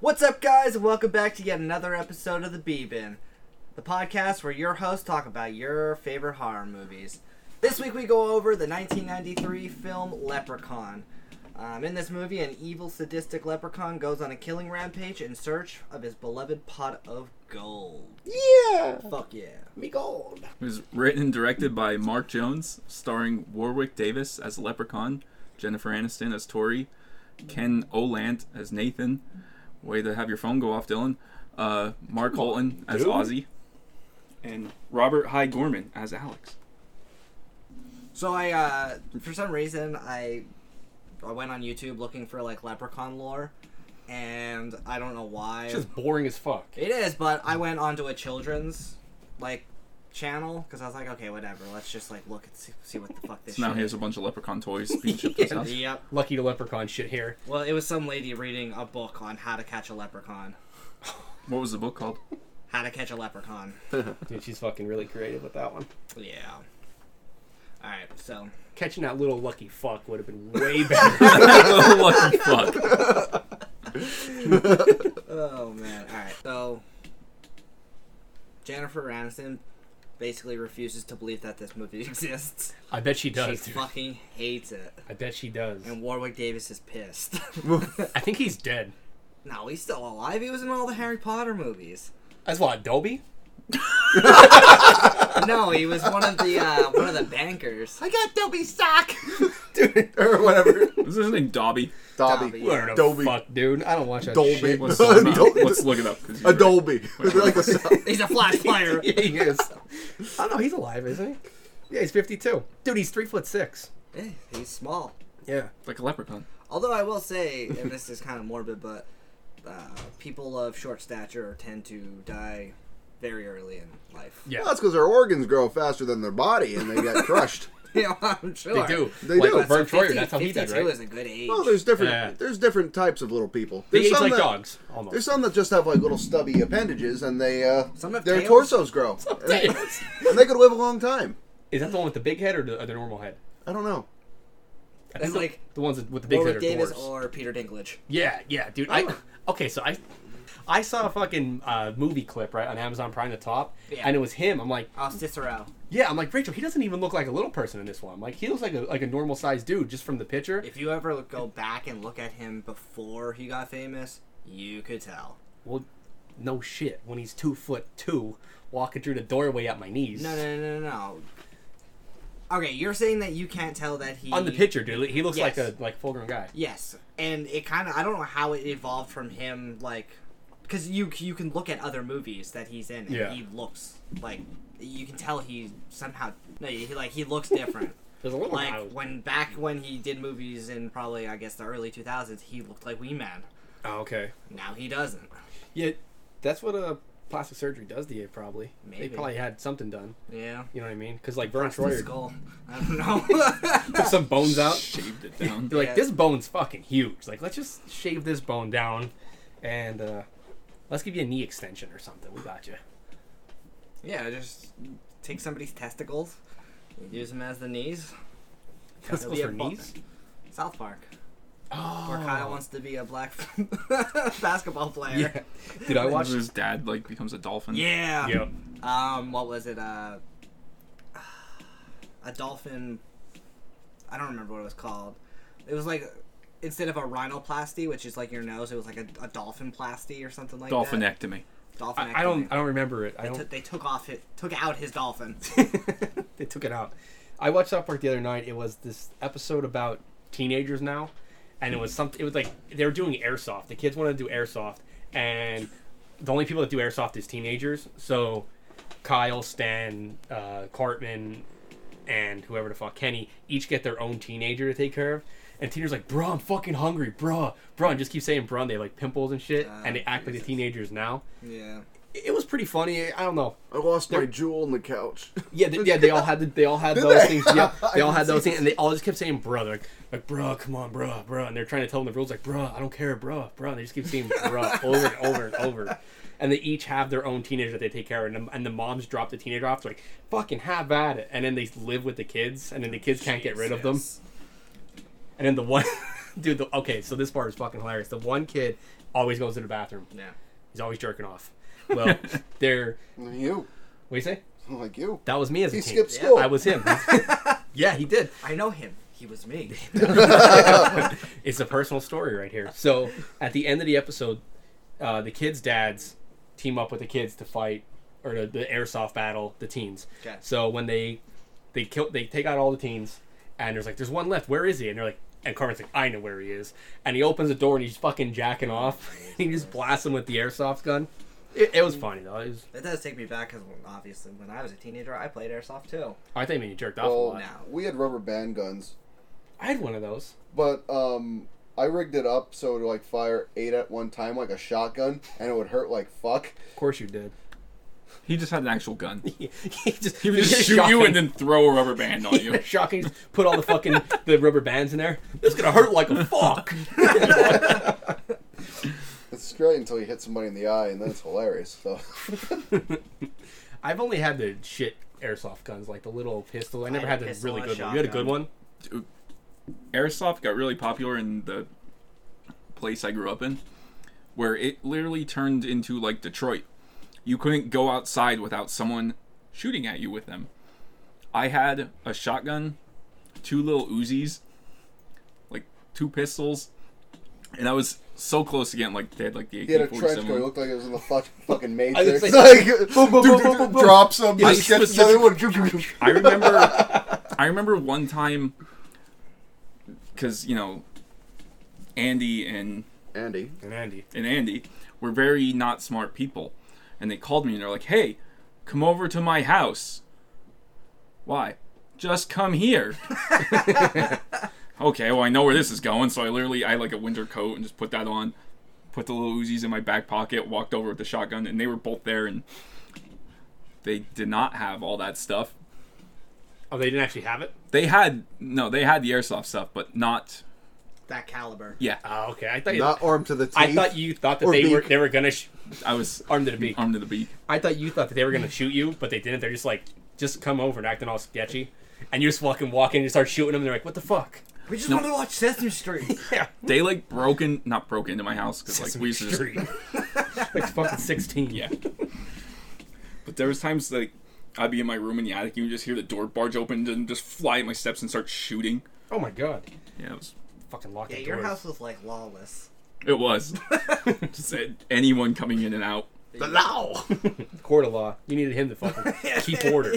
What's up, guys, and welcome back to yet another episode of the B Bin, the podcast where your hosts talk about your favorite horror movies. This week we go over the 1993 film Leprechaun. Um, in this movie, an evil, sadistic leprechaun goes on a killing rampage in search of his beloved pot of gold. Yeah, Fuck yeah. me gold. It was written and directed by Mark Jones, starring Warwick Davis as Leprechaun, Jennifer Aniston as Tori, Ken Olant as Nathan. Way to have your phone go off, Dylan. Uh, Mark Holton as dude. Ozzy, and Robert Hyde Gorman as Alex. So I, uh, for some reason, I, I went on YouTube looking for like leprechaun lore, and I don't know why. It's just boring as fuck. It is, but I went onto a children's like channel because I was like, okay, whatever. Let's just like look and see, see what the fuck this. So now shit here's a bunch of leprechaun toys being shipped to is. his house. Yep. Lucky to leprechaun shit here. Well, it was some lady reading a book on how to catch a leprechaun. What was the book called? How to catch a leprechaun. Dude, she's fucking really creative with that one. yeah. All right. So Catching that little lucky fuck would have been way better. Lucky fuck. Oh man! All right, so Jennifer Aniston basically refuses to believe that this movie exists. I bet she she does. dude. fucking hates it, I bet she does. and Warwick Davis is pissed. I think he's dead. no, he's still alive. He was in all the Harry Potter movies. That's what Adobe. No, he was one of the uh, one of the bankers. I got Dobby stock. dude, or whatever. Is his name Dobby? Dobby. Dobby. Where the Adobe. fuck, dude? I don't watch that Dolby. shit. Let's look it up. Don't- Let's look it up, 'cause he's right. Adobe. like the sound. He's a flash player. Yeah, he is. I don't know. He's alive, isn't he? Yeah, he's fifty-two. Dude, he's three foot six. Eh, he's small. Yeah. Like a leprechaun. Although I will say, and this is kind of morbid, but uh, people of short stature tend to die very early in life. Yeah. Well, that's because their organs grow faster than their body, and they get crushed. you know, I'm sure. They do. They like do. with Vern Troyer, 50 that's how he died, 52 right? is a good age. Well, there's different. Yeah. There's different types of little people. They There's age some uh, like that, dogs, almost. There's some that just have like little stubby appendages, and they uh, Some have their tails. torsos grow, Damn. and they could live a long time. Is that the one with the big head or the, or the normal head? I don't know. I That's think the- like the ones with the big head Warwick are Davis Oh. dwarves. or Peter Dinklage. Yeah, yeah, dude. I okay, so I I saw a fucking uh, movie clip right on Amazon Prime, the top, Yeah. and it was him. I'm like, Oh, Cicero. yeah, I'm like Rachel. He doesn't even look like a little person in this one. I'm like, he looks like a like a normal sized dude just from the picture. If you ever go back and look at him before he got famous, you could tell. Well, no shit. When he's two foot two, walking through the doorway at my knees. No, no, no, no, no. Okay, you're saying that you can't tell that he On the picture, dude, he looks like Yes. a like full grown guy. Yes, and it kind of I don't know how it evolved from him like because you you can look at other movies that he's in and Yeah. he looks like you can tell he somehow no he like he looks different. There's a little guy. like when back when he did movies in probably I guess the early 2000s he looked like Wee Man. Oh, okay. Now he doesn't. Yeah, that's what a plastic surgery does to you. Probably. They Maybe. probably had something done. Yeah. You know what I mean? Because like Vern Troyer Skull. I don't know. took some bones out. Shaved it down. They're like, Yeah. this bone's fucking huge. Like, let's just shave this bone down, and uh, let's give you a knee extension or something. We got you. yeah, just take somebody's testicles, use them as the knees. That's It'll be supposed for a bu- knees. South Park. Oh, Where Kyle wants to be a black basketball player. Yeah, dude, I watched. His dad like becomes a dolphin. Yeah. Yep. Um, what was it? Uh, a dolphin. I don't remember what it was called. It was like instead of a rhinoplasty, which is like your nose, it was like a, a dolphin plasty or something like that. Dolphinectomy. Dolphin. I, I don't. I don't remember it. I They, took- don't. they took off it. Took out his dolphin. they took it out. I watched South Park the other night. It was this episode about teenagers now, and it was something. It was like they were doing airsoft. The kids wanted to do airsoft, and the only people that do airsoft is teenagers. So Kyle, Stan, uh, Cartman, and whoever the fuck Kenny each get their own teenager to take care of. And teenagers like, bro, I'm fucking hungry, bruh, bruh, and just keep saying bruh. and They have like pimples and shit, Ah, and they act like the Jesus. teenagers now. yeah. It it was pretty funny. I don't know. I lost my They're- jewel in the couch. Yeah, they, yeah, they all had the, they all had those they? things. Yeah, they all I had didn't those see things, and they all just kept saying "bruh," They're like, like "bruh, come on, bruh, bruh," and they're trying to tell them the rules, like "bruh, I don't care, bruh, bruh." And they just keep saying "bruh" over and over and over, and they each have their own teenager that they take care of, and the, and the moms drop the teenager off, they're like "fucking have at it," and then they live with the kids, and then the kids can't get rid of them, Jesus. and then the one. Dude, the, okay, so this part is fucking hilarious. The one kid always goes to the bathroom. Yeah. He's always jerking off. Well, there. You. What do you say? Like you. That was me as a He teen. skipped Yeah, school. I was him. yeah, he did. I know him. He was me. It's a personal story right here. So at the end of the episode, uh, the kids' dads team up with the kids to fight or the, the airsoft battle the teens. Okay. So when they they kill they take out all the teens and there's like there's one left. Where is he? And they're like and Carmen's like I know where he is. And he opens the door and he's fucking jacking off. he just blasts him with the airsoft gun. It, it was Mm. funny though. It was, That does take me back because obviously when I was a teenager, I played airsoft too. I think when you jerked off a Well, lot. now. we had rubber band guns, I had one of those. but um, I rigged it up so to like fire eight at one time like a shotgun, and it would hurt like fuck. Of course you did. He just had an actual gun. he just, He would just shoot you and then throw a rubber band on you. shocking. Just put all the fucking the rubber bands in there. This is gonna hurt like a fuck. It's great until you hit somebody in the eye, and then it's hilarious. So I've only had the shit airsoft guns, like the little pistol. I never had had a the pistol really and a good one. You shotgun. had a good one. Airsoft got really popular in the place I grew up in, where it literally turned into like Detroit. You couldn't go outside without someone shooting at you with them. I had a shotgun, two little Uzis, like two pistols, and I was so close to getting like they had like the he had a trench AK coat. It forty-seven. looked like it was in the fuck, fucking I Matrix. was Like, like- boom, boom, boom, boom, boom, drop some, Yeah, just get specific- another one. I remember, I remember one time, because you know, Andy and Andy, And Andy, and Andy were very not smart people. And they called me and they're like, hey, come over to my house. Why? Just come here. okay, well, I know where this is going. So I literally, I had like a winter coat and just put that on, put the little Uzis in my back pocket, walked over with the shotgun, and they were both there. And they did not have all that stuff. oh, they didn't actually have it. They had, no, they had the airsoft stuff, but not, That caliber. yeah, Oh, okay. I thought. You, not armed to the teeth. I thought you thought that or they were beak. they were gonna sh- I was armed to the beak. armed to the beak. I thought you thought that they were gonna shoot you, but they didn't. They're just like, just come over and acting all sketchy, and you just fucking walk in and you start shooting them. And they're like, what the fuck? We just No. wanted to watch Sesame Street. Yeah. They like broken, not broke into my house because like we used to just Sesame Street. like fucking sixteen. Yeah. but there was times like I'd be in my room in the attic and you just hear the door barge open and just fly at my steps and start shooting. Oh my god. Yeah, it was. Fucking lock yeah, the your doors. house was like lawless. It was. just uh, anyone coming in and out. the law. court of law. You needed him to fucking keep order.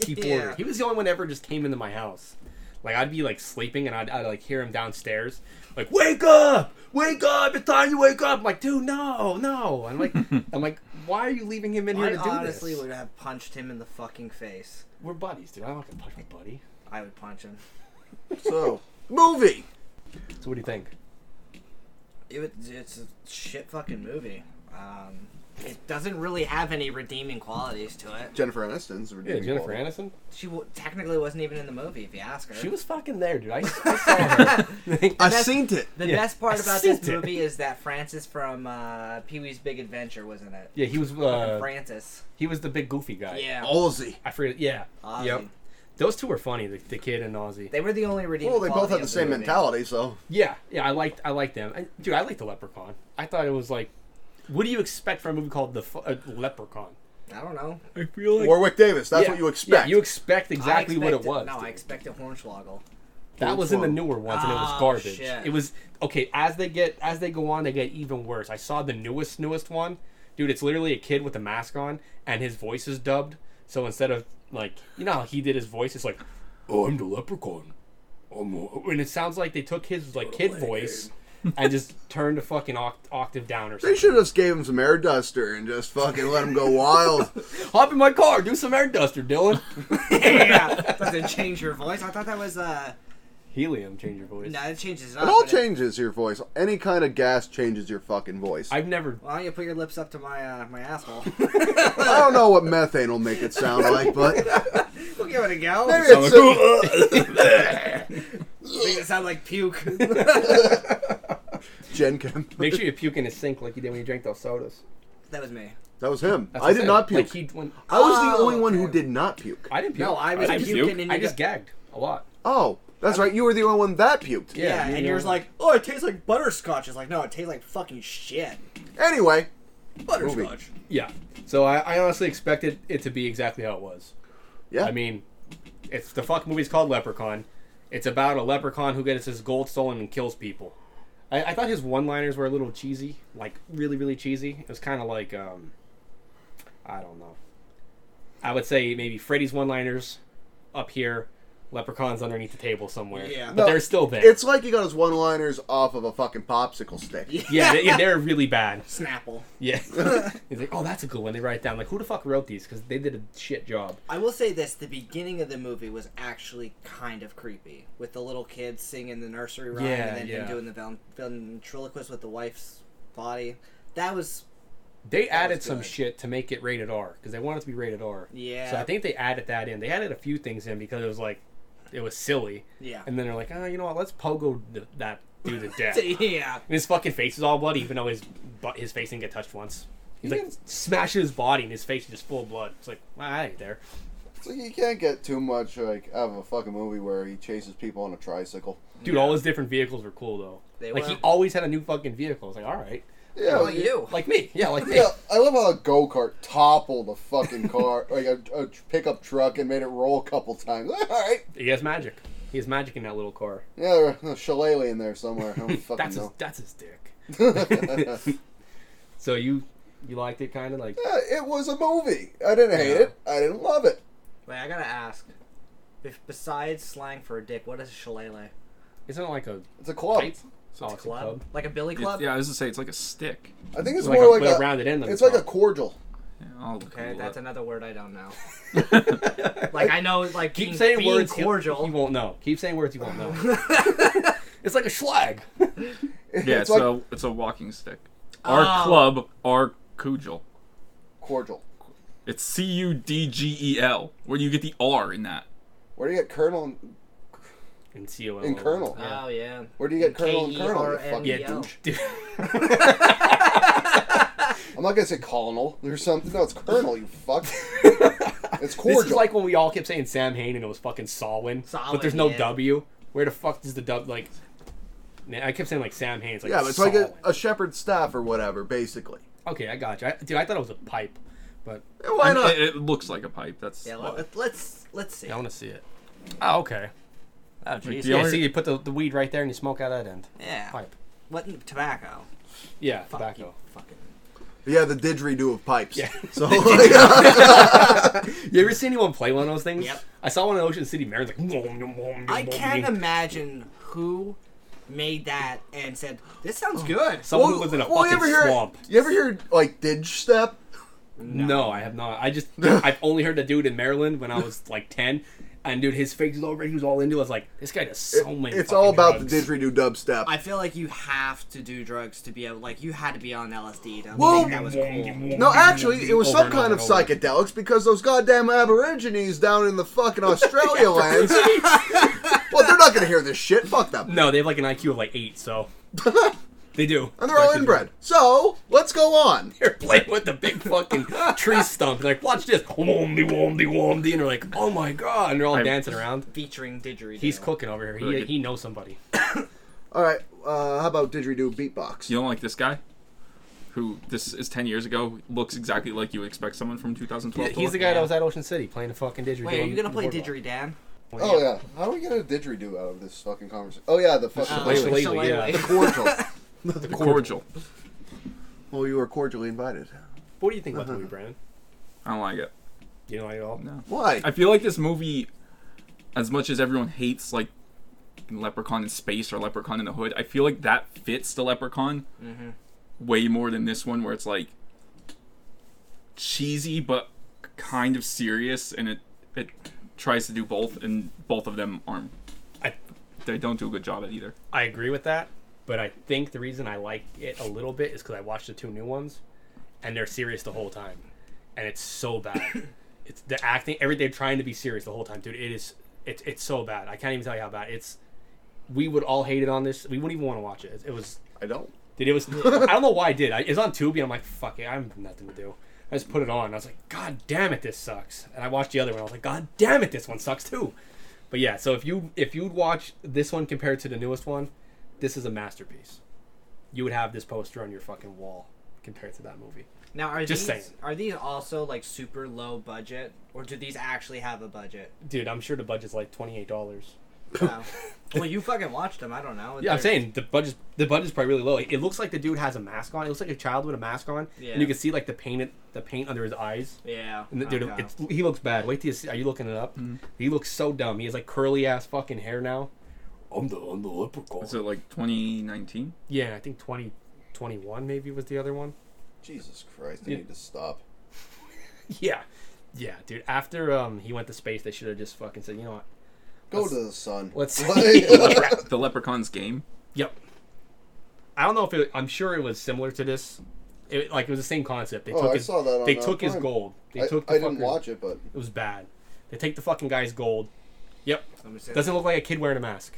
Keep Yeah. order. He was the only one that ever just came into my house. Like I'd be like sleeping and I'd, I'd like hear him downstairs, like wake up, wake up, it's time you wake up. I'm like, dude, no, no. I'm like, I'm like, why are you leaving him in here I to do honestly this? would have punched him in the fucking face. We're buddies, dude. I don't fucking punch my buddy. I would punch him. So movie. So what do you think? It was, it's a shit fucking movie. Um, it doesn't really have any redeeming qualities to it. Jennifer Aniston's Yeah, redeeming Jennifer quality. Aniston. She w- technically wasn't even in the movie, if you ask her. She was fucking there, dude. I, I saw her. I That's- seen it. the yeah, best part I about seen this it. movie is that Francis from uh, Pee Wee's Big Adventure was in it. yeah, he was. Fucking Uh, Francis. he was the big goofy guy. Yeah. Aussie. I forget. Yeah. Ozzy. Yep. Those two were funny. The, the kid and Ozzy. They were the only redeeming. Well, they both quality had the of same movie. mentality, so Yeah, yeah, I liked I liked them. I, dude, I liked the Leprechaun. I thought it was like, what do you expect from a movie called the F- uh, Leprechaun? I don't know. I feel Warwick Davis. That's Yeah, what you yeah, expect. you expect exactly I what it expected- was. No, I dude. expected Hornswoggle. that was in the Hornswoggle. newer ones, and it was Oh, garbage. shit. It was okay as they get as they go on, they get even worse. I saw the newest newest one, dude. It's literally a kid with a mask on, and his voice is dubbed. So instead of like, you know how he did his voice, it's like, oh, I'm the Leprechaun. I'm a-" and it sounds like they took his like kid voice and just turned a fucking oct- octave down or something. they should have just gave him some air duster and just fucking let him go wild. Hop in my car, do some air duster, Dylan. yeah. Does it change your voice? I thought that was uh. Helium, change your voice. No, it changes. It all changes your voice. Any kind of gas changes your fucking voice. I, I've never. Why don't you put your lips up to my uh, my asshole? don't know what methane will make it sound like, but we'll give it a go. maybe Sound it's like- Make it sound like puke. Gen Chem. Make sure you puke in the sink like you did when you drank those sodas. that was me. That was him. That's I what did said. not puke. Like he, when, I was the Oh, only one who okay. did not puke. I didn't puke. No, I was I puking puke. and you I just gagged a lot. Oh, That's right. You were the only one that puked. Yeah, Yeah, you and know. yours like, oh, it tastes like butterscotch. It's like, no, it tastes like fucking shit. Anyway, Butterscotch. Yeah. So I, I honestly expected it to be exactly how it was. yeah. I mean, it's the fuck movie's called Leprechaun. It's about a leprechaun who gets his gold stolen and kills people. I, I thought his one-liners were a little cheesy, like really, really cheesy. It was kind of like, um, I don't know. I would say maybe Freddy's one-liners up here, leprechauns underneath the table somewhere. Yeah. but No, they're still there. it's like he got his one-liners off of a fucking popsicle stick. yeah, they, yeah, they're really bad. Snapple. Yeah, he's like, oh, that's a good one. They write it down like, who the fuck wrote these? Because they did a shit job. I will say this: the beginning of the movie was actually kind of creepy, with the little kid singing the nursery rhyme Yeah, and then him yeah. doing the vel- ventriloquist with the wife's body. That was That was They added some good. shit to make it rated R because they wanted it to be rated R. yeah, So I think they added that in. They added a few things in because it was like, it was silly. yeah, And then they're like, oh, you know what? Let's pogo th- that dude to death. and yeah. his fucking face is all bloody, even though his butt, his face didn't get touched once. He's You like smashing his body, and his face is just full of blood. It's like, well, I ain't there. So you can't get too much like out of a fucking movie where he chases people on a tricycle. Dude, all his different vehicles were cool though. They like he were. always had a new fucking vehicle. It's like, all right, Yeah, How about you? like me, yeah, like me. Yeah, I love how a go kart toppled a fucking car, like a, a pickup truck, and made it roll a couple times. All right, He has magic. He has magic in that little car. yeah, there's a shillelagh in there somewhere. I don't fucking That's his, know. that's his dick. yeah, So you you liked it kind of like it was a movie. I didn't hate it. I didn't love it. Wait, I gotta ask. If besides slang for a dick, what is a shillelagh? isn't it like a It's a club. pipe? Oh, it's a club. like a billy It's- club. yeah, I was gonna say it's like a stick. I think it's Like more a, like with a. a rounded end. on it's the like a top. cordial. Yeah, I'll look Okay, it that's up. another word I don't know. like I know, like Keep being, saying being words you- cordial. You won't know. Keep saying words you won't know. it's like a schlag. yeah, it's it's, like- a it's a walking stick. Our Oh. club, our cudgel. Cordial. It's C U D G E L. Where do you get the R in that? Where do you get Colonel? and- In COL. In Colonel. Oh yeah. Where do you get Colonel and Colonel? you K-E-R-N-E-L. fucking Yo. Yeah, dude. dude. I'm not gonna say Colonel or something. No, it's Colonel. You fuck. it's cordial. this is like when we all kept saying Sam Hain and it was fucking Solwyn, but Solwyn, there's no yeah. W. Where the fuck does the W like? Man, I kept saying like Sam Hain. It's like yeah, but it's like a, Solwyn. a shepherd's staff or whatever, basically. okay, I got you, I, dude. I thought it was a pipe, but Yeah, Why I mean, not? It, it looks like a pipe. That's Yeah, why. let, let's let's see. I want to see it. Oh, okay. Oh jeez. The Yeah, only- see, you put the, the weed right there and you smoke out that end. Yeah. Pipe. What tobacco? Yeah, Fuck tobacco. you, Fucking. yeah, the didgeridoo of pipes. Yeah. So like, You ever see anyone play one of those things? Yep. I saw one in Ocean City Mariners. Like, nom, nom, nom, I nom, can't nom. imagine who made that and said this sounds Oh. good. Someone who lives in a well, fucking you ever swamp. Hear, you ever hear like didge step? No. I have not. I just I've only heard the dude in Maryland when I was like ten, and dude, his face was already he was all into. it. I was like, this guy does so many. it's all Oh, fucking about drugs. the didgeridoo dubstep. I feel like you have to do drugs to be able, like you had to be on LSD to Whoa. think that was cool. no, actually, it was Over some and kind over and of over. psychedelics because those goddamn aborigines down in the fucking Australia lands. well, they're not gonna hear this shit. Fuck them. No, they have like an IQ of like eight, so they do. And they're all inbred. So let's go on. They're playing with the big fucking tree stump. They're like, watch this. Womdy, womdy, womdy. And they're like, oh my god. And they're all I'm- dancing around. Featuring didgeridoo. He's cooking over here. He, Really good. he knows somebody. All right. Uh, how about didgeridoo beatbox? You don't like this guy? Who this is ten years ago looks exactly like you would expect someone from 2012. to He's the look. guy that was at Ocean City playing the fucking didgeridoo. Wait, are on you gonna the play boardwalk. didgeridan? Oh yeah. How do we get a didgeridoo out of this fucking conversation? Oh yeah, the fucking Uh, Shillelagh, shillelagh. yeah. cordial. the cordial. well, you were cordially invited. What do you think about the movie, Brandon? I don't like it. You don't like it at all? No. Why? I feel like this movie, as much as everyone hates like Leprechaun in Space or Leprechaun in the Hood, I feel like that fits the Leprechaun way more than this one, where it's like cheesy but kind of serious, and it it tries to do both, and both of them aren't. I- They don't do a good job at either. I agree with that, but I think the reason I like it a little bit is because I watched the two new ones, and they're serious the whole time, and it's so bad. it's the acting, every they're trying to be serious the whole time, dude. It is, it's it's so bad. I can't even tell you how bad it's. We would all hate it on this. We wouldn't even want to watch it. It, it was, I don't. dude. It was. I don't know why I did. I, it was on Tubi, and I'm like, fuck it, I have nothing to do. I just put it on. I was like, God damn it, this sucks. And I watched the other one. I was like, God damn it, this one sucks too. But yeah, so if you if you'd watch this one compared to the newest one, this is a masterpiece. You would have this poster on your fucking wall compared to that movie. Now, are Just these saying. are these also like super low budget, or do these actually have a budget? Dude, I'm sure the budget's like twenty eight dollars. Wow. well, you fucking watched them. I don't know. Yeah, I'm They're- saying the budget's the budget's probably really low. It looks like the dude has a mask on. It looks like a child with a mask on, Yeah. and you can see like the paint the paint under his eyes. Yeah. And the- dude, okay. it's, he looks bad. Wait till you see. Are you looking it up? He looks so dumb. He has like curly ass fucking hair now. I'm the I'm the leprechaun. Is it like 2019? Yeah, I think twenty twenty one maybe was the other one. Jesus Christ, I Yeah. need to stop. Yeah, yeah, dude. After um he went to space, they should have just fucking said, you know what? Go Let's- to the sun. let's- Like- The Leprechaun's game. Yep. I don't know if it. I'm sure it was similar to this. It, like it was the same concept. They Oh, took I his, saw that on, they uh, took his Prime. gold. They I, took. The I didn't fucker's- watch it, but It was bad. They take the fucking guy's gold. Yep. Let me see. Doesn't look like a kid wearing a mask.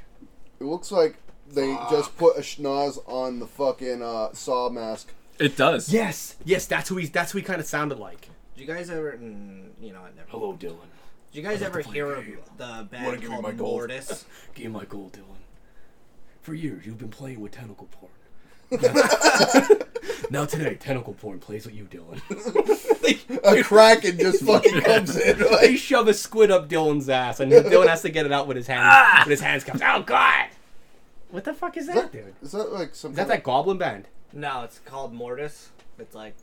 it looks like they just put a schnoz on the fucking uh, saw mask. It does. Yes. Yes. That's who he's. That's who he kind of sounded like. Did you guys ever? Mm, you know, what, never. Did Dylan. you guys ever play hear a of game. the Wanna band give me called my gold? Mortis? Give my gold, Dylan. For years, you've been playing with tentacle porn. now today, tentacle porn plays with you, Dylan. A kraken just fucking comes in. they Like, shove a squid up Dylan's ass, and Dylan has to get it out with his hands. With his hands comes. Oh God! What the fuck is that, dude? Is is that like some that kind that goblin band? no, it's called Mortis. It's like,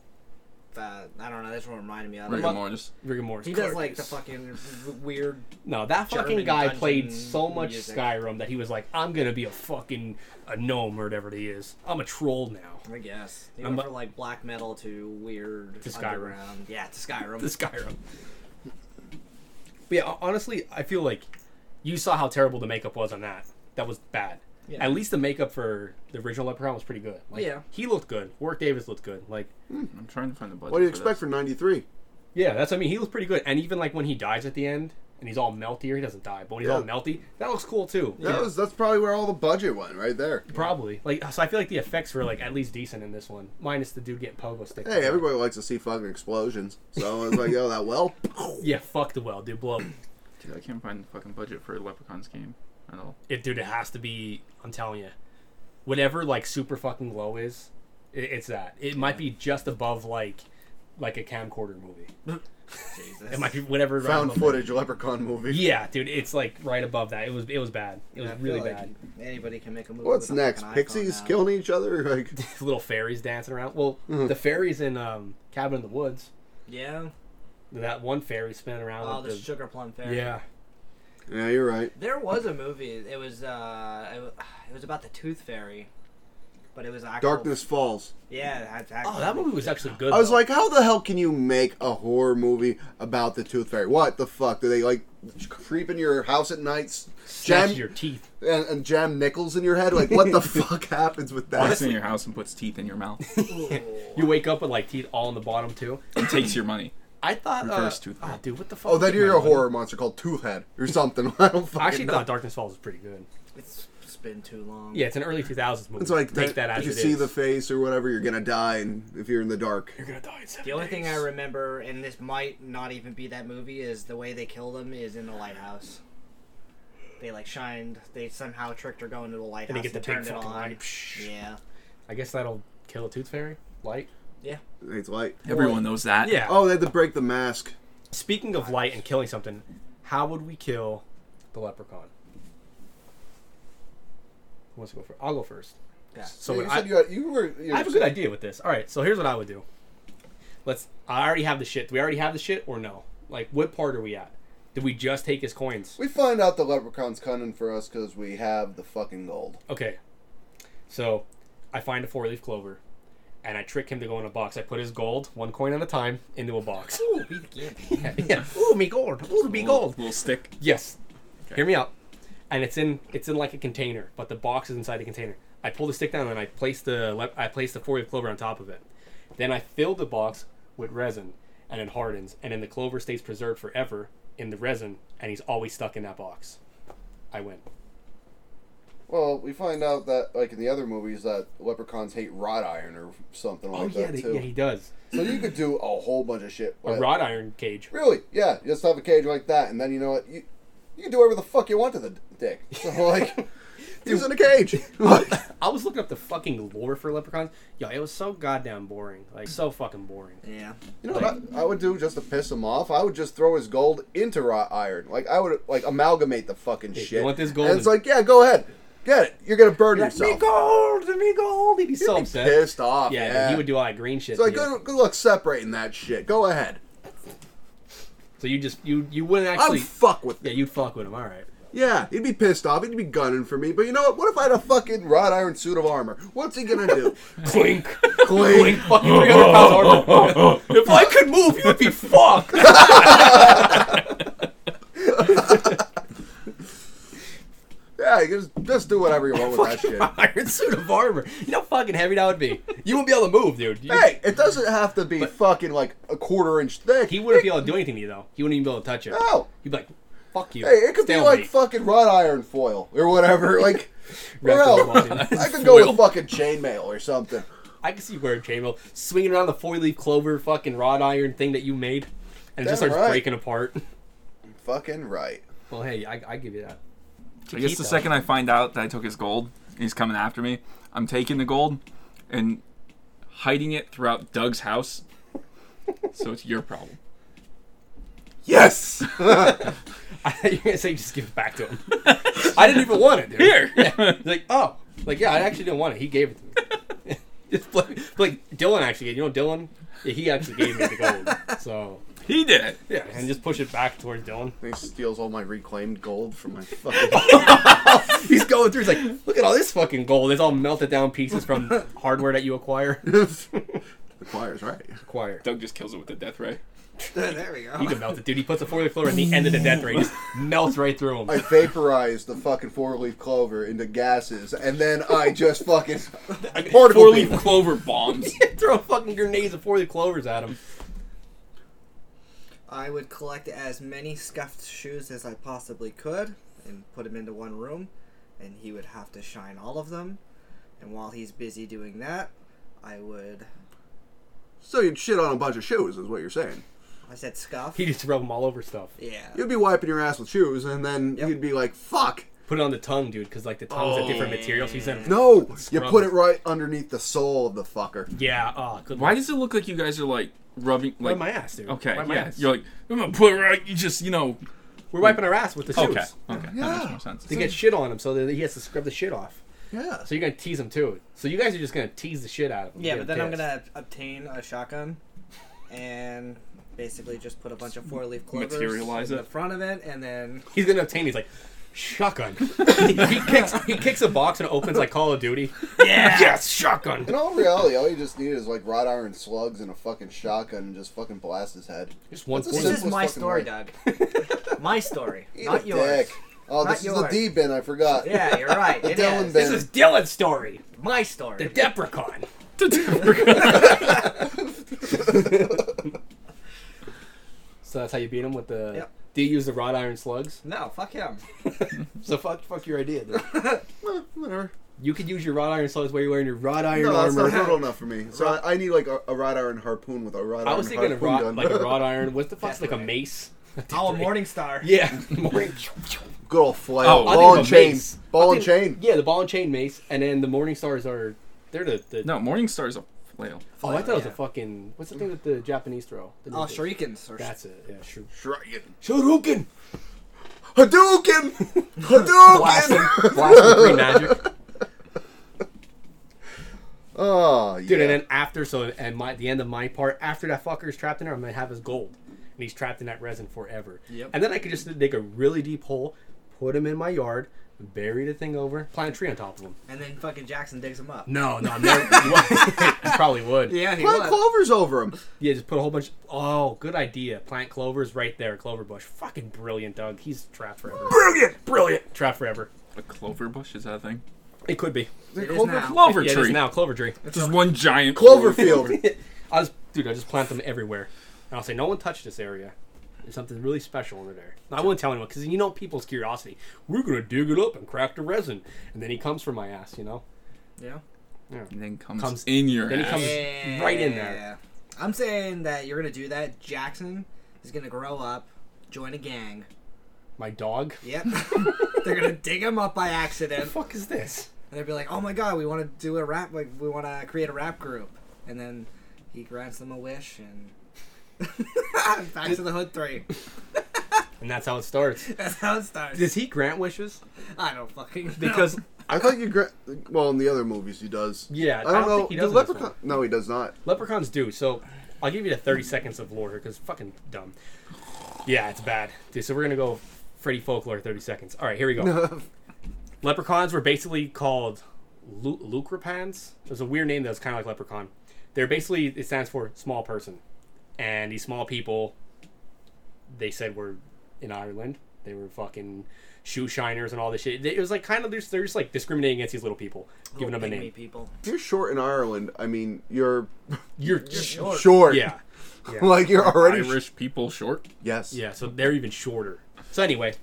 uh, I don't know. That's what reminded me of. Rigor Like, mortis. Rigor mortis. He does like the fucking weird. No, that fucking German guy dungeon played so much music. Skyrim that he was like, I'm gonna be a fucking a gnome or whatever he is. I'm a troll now. I guess he I'm went a- from like black metal to weird To Skyrim. underground. Yeah, to Skyrim. The Skyrim. But yeah, hon- honestly, I feel like you saw how terrible the makeup was on that. That was bad. Yeah. At least the makeup for the original Leprechaun was pretty good. Like, Yeah. He looked good. Warwick Davis looked good. Like, I'm trying to find the budget. What do you for expect this. for '93? yeah, that's what I mean. He looks pretty good. And even like when he dies at the end and he's all melty, or he doesn't die, but when he's all Yeah. melty, that looks cool too. That was that's probably where all the budget went right there. Probably. Like so I feel like the effects were like at least decent in this one. Minus the dude getting pogo stick. Hey, everybody likes to see fucking explosions, so I was like, "Yo, that well." Yeah, fuck the well, dude. Blow Dude, I can't find the fucking budget for Leprechaun's game at all. it dude, it has to be I'm telling you. Whatever like super fucking low is, it, it's that. It might be just above like like a camcorder movie. Jesus. It might be whatever right Found above footage leprechaun movie. that. Yeah, dude, it's like right above that. It was it was bad. It was I feel really like bad. Anybody can make a movie. What's with a next? fucking iPhone Pixies now. killing each other? Like, Little fairies dancing around. Well, Mm-hmm. the fairies in um Cabin in the Woods. Yeah. That one fairy spinning around. Oh, with the the- sugar plum fairy. yeah. yeah, you're right. There was a movie. It was uh, it, wa- it was about the Tooth Fairy, but it was actual, Darkness Falls. Yeah, that's actually, Oh, that movie was actually good. I was though. like, how the hell can you make a horror movie about the Tooth Fairy? What the fuck? Do they like creep in your house at night, jam Snatch your teeth. and, and jam nickels in your head? Like, what the fuck happens with that? Walks in your house and puts teeth in your mouth Ooh. You wake up with like teeth all in the bottom too. and takes your money. I thought uh, Reverse tooth Oh, fairy. dude, what the fuck? oh, then did you're my a buddy- horror monster called Toothhead or something. I don't fucking I actually know. thought Darkness Falls was pretty good. It's, it's been too long. Yeah, it's an early 2000s movie. It's like Take that, that, as if you it see is. the face or whatever, you're gonna die, and if you're in the dark, You're gonna die in seven The only thing I days. remember, and this might not even be that movie, is the way they kill them is in the lighthouse. They like shined. They somehow tricked her going to the lighthouse and and, you get the big turned it fucking on. light. Psh. Yeah. I guess that'll kill a tooth fairy. Light. it's light. Everyone knows that. Yeah. Oh, they had to break the mask. Speaking of light and killing something, how would we kill the leprechaun? Who wants to go first? I'll go first. Yeah. So you when said I- you, had, you were. You I have a good idea with this. All right, so here's what I would do. Let's. I already have the shit. Do we already have the shit or no? Like, what part are we at? Did we just take his coins? We find out the leprechaun's cunning for us because we have the fucking gold. Okay. So, I find a four leaf clover, and I trick him to go in a box. I put his gold, one coin at a time, into a box. Ooh, be the gimp. yeah. Ooh, me gold. Ooh, me Little, gold. little stick. Yes. Hear me out. And it's in it's in like a container, but the box is inside the container. I pull the stick down and I place the le- I place the four leaf clover on top of it. Then I fill the box with resin, and it hardens, and then the clover stays preserved forever in the resin, and he's always stuck in that box. I win. Well, we find out that, like in the other movies, that leprechauns hate wrought iron or something Oh like yeah, that they, too. yeah, he does. So you could do a whole bunch of shit. A with- wrought iron cage. Really? Yeah. Just have a cage like that, and then you know what? You, You can do whatever the fuck you want to the dick. So like, He was in a cage. Like, I was looking up the fucking lore for leprechauns. Yo, it was so goddamn boring. Like so fucking boring. Yeah. you know what I, I would do just to piss him off? I would just throw his gold into wrought iron. Like I would like amalgamate the fucking shit. want this gold And it's in- like, yeah, go ahead, get it. You're gonna burn yourself. gold, me gold. He'd be so upset. Pissed off. Yeah, Yeah, dude, he would do all that green shit. It's like, to you. good, good luck separating that shit. Go ahead. So you just you you wouldn't I actually. would fuck with yeah, it. you'd fuck with him. All right. Yeah, he'd be pissed off. He'd be gunning for me. But you know what? What if I had a fucking wrought iron suit of armor? What's he gonna do? Clink, Clink. fucking 300 pounds armor. if I could move, you would be fucked. Yeah, you just just do whatever you want with that shit. Iron suit of armor. You know how fucking heavy that would be. You wouldn't be able to move, dude. You- Hey, it doesn't have to be fucking like a quarter inch thick. He wouldn't be able to do anything to you though. He wouldn't even be able to touch you. No. He'd be like, "Fuck you." Hey, it could be Stalemate. like fucking wrought iron foil or whatever. Like, Wrapped or in else, wrought I could go with fucking chainmail or something. I can see you wearing chainmail, swinging around the four-leaf clover fucking wrought iron thing that you made, and it just Damn starts right. breaking apart. Fucking right. Well, hey, I, I give you that. I guess Keep the that. second I find out that I took his gold, and he's coming after me. I'm taking the gold and hiding it throughout Doug's house. so it's your problem. yes. You're gonna say you just give it back to him. I didn't even want it, dude. Here. Like, oh, like yeah, I actually didn't want it. He gave it to me. it's like, like Dylan actually. You know Dylan? Yeah, he actually gave me the gold. So he did it. yeah, and just push it back towards Dylan. He steals all my reclaimed gold from my fucking. Oh, He's going through. He's like, look at all this fucking gold. It's all melted down pieces from hardware that you acquire. the choir's right. Acquire. Doug just kills it with the death ray. there we go. You can melt it, dude. He puts a four-leaf clover in the end of the death ray. Just melts right through him. I vaporized the fucking four leaf clover into gases, and then I just fucking particle Four leaf beam. clover bombs. Throw fucking grenades of four-leaf clovers at him. I would collect as many scuffed shoes as I possibly could and put them into one room, and he would have to shine all of them. And while he's busy doing that, I would. So you'd shit on a bunch of shoes, is what you're saying. I said scuff. He just rub them all over stuff. Yeah. You'd be wiping your ass with shoes, and then Yep. you'd be like, "Fuck, Put it on the tongue, dude, because like the tongue's a Oh, different material. So he's in. No, you Scrub put it. it right underneath the soul of the fucker. Yeah. Oh, good. Why does it look like you guys are like rubbing Rub like my ass, dude. Okay, Rub my yeah. ass. You're like, I'm gonna put it right you just you know We're wiping our ass with the shoes. Okay. Okay. That makes more sense. To get shit on him, so that he has to scrub the shit off. Yeah. So you're gonna tease him too. So you guys are just gonna tease the shit out of him. Yeah, Get but him then I'm pissed. gonna obtain a shotgun and basically just put a bunch of four leaf clovers Materialize in it. the front of it, and then He's gonna obtain. He's like, shotgun. he kicks. He kicks a box and opens like Call of Duty. Yeah. yes, shotgun. In all reality, all you just need is like wrought iron slugs and a fucking shotgun and just fucking blast his head. Just one. That's point. a this is Simplest my fucking story, way. Doug. my story, Eat not a yours. dick. Oh, Not this is yours. the D bin. I forgot. Yeah, you're right. The It Dylan is. bit. This is Dylan's story. my The story. Deprecon. so that's how you beat him with the. Yep. Do you use the wrought iron slugs? No, fuck him. So fuck, fuck your idea. Dude. Eh, whatever. You could use your wrought iron slugs where you're wearing your wrought iron No, that's armor. not brutal enough for me. So I, I need like a, a wrought iron harpoon with a wrought iron. I was thinking a harpoon wrought, gun. like a wrought iron. What the fuck's like a Definitely. mace? Oh, a morning star. Yeah. Morning. good old flail, Oh, I I'll ball do and a chain, mace. ball I'll and do- chain. Yeah, the ball and chain mace, and then the morning stars are they're the, the No, Morningstar's a flail. Oh, I thought it was a Yeah. fucking what's the thing that the Japanese throw? The Oh, ninjas. shurikens. Or That's it. Yeah, shur- Dragon. shuriken. Hadouken! Hadouken! Blast with green magic. Ah, oh, yeah. Dude, and then after, so at my, the end of my part, after that fucker is trapped in there, I'm gonna have his gold, and he's trapped in that resin forever. Yep. And then I could just dig a really deep hole, put him in my yard, bury the thing over, plant a tree on top of him. and then fucking Jackson digs him up. No, no, never, you probably would. Yeah. Yeah, he plant clovers over him." just put a whole bunch. Oh, good idea. Plant clovers right there, clover bush. Fucking brilliant, Doug. He's trapped forever. Brilliant. Brilliant, trapped forever. A clover bush is that a thing? It could be. It is Clover- now. Clover yeah, it is tree. now clover tree. Just one giant Cloverfield. I was, dude, I just plant them everywhere. And I'll say, no one touched this area. There's something really special under there. And I wouldn't tell anyone because you know people's curiosity. We're gonna dig it up and crack the resin, and then he comes for my ass, you know. Yeah. And then comes, Comes- in your then he ass. comes- right in there. Yeah. I'm saying that you're gonna do that. Jackson is gonna grow up, join a gang, my dog. Yep. They're gonna dig him up by accident, The fuck is this? and they'll be like, "Oh my god, we want to do a rap. Like, we want to create a rap group." And then he grants them a wish, and back to the hood three. And that's how it starts. That's how it starts. Does he grant wishes? I don't fucking know. Because I thought you. Gra- well, in the other movies, he does. yeah, I I don't, don't know. think he does does in this Leprechaun? one. No, he does not. Leprechauns do. So I'll give you the 30 seconds of lore here because fucking dumb. Yeah, it's bad. Dude, So we're going to go Freddy folklore 30 seconds. All right, here we go. Leprechauns were basically called Lu- Lucrepans. It was a weird name that was kind of like leprechaun. They're basically, it stands for small person. And these small people, they said were in Ireland. They were fucking shoe shiners and all this shit. It was like kind of, they're just, they're just like discriminating against these little people, giving them a Pygmy name. people. If you're short in Ireland, I mean, you're You're, Short. short. yeah. like you're already. sh- Irish people short. Yes. Yeah, so they're even shorter. So anyway,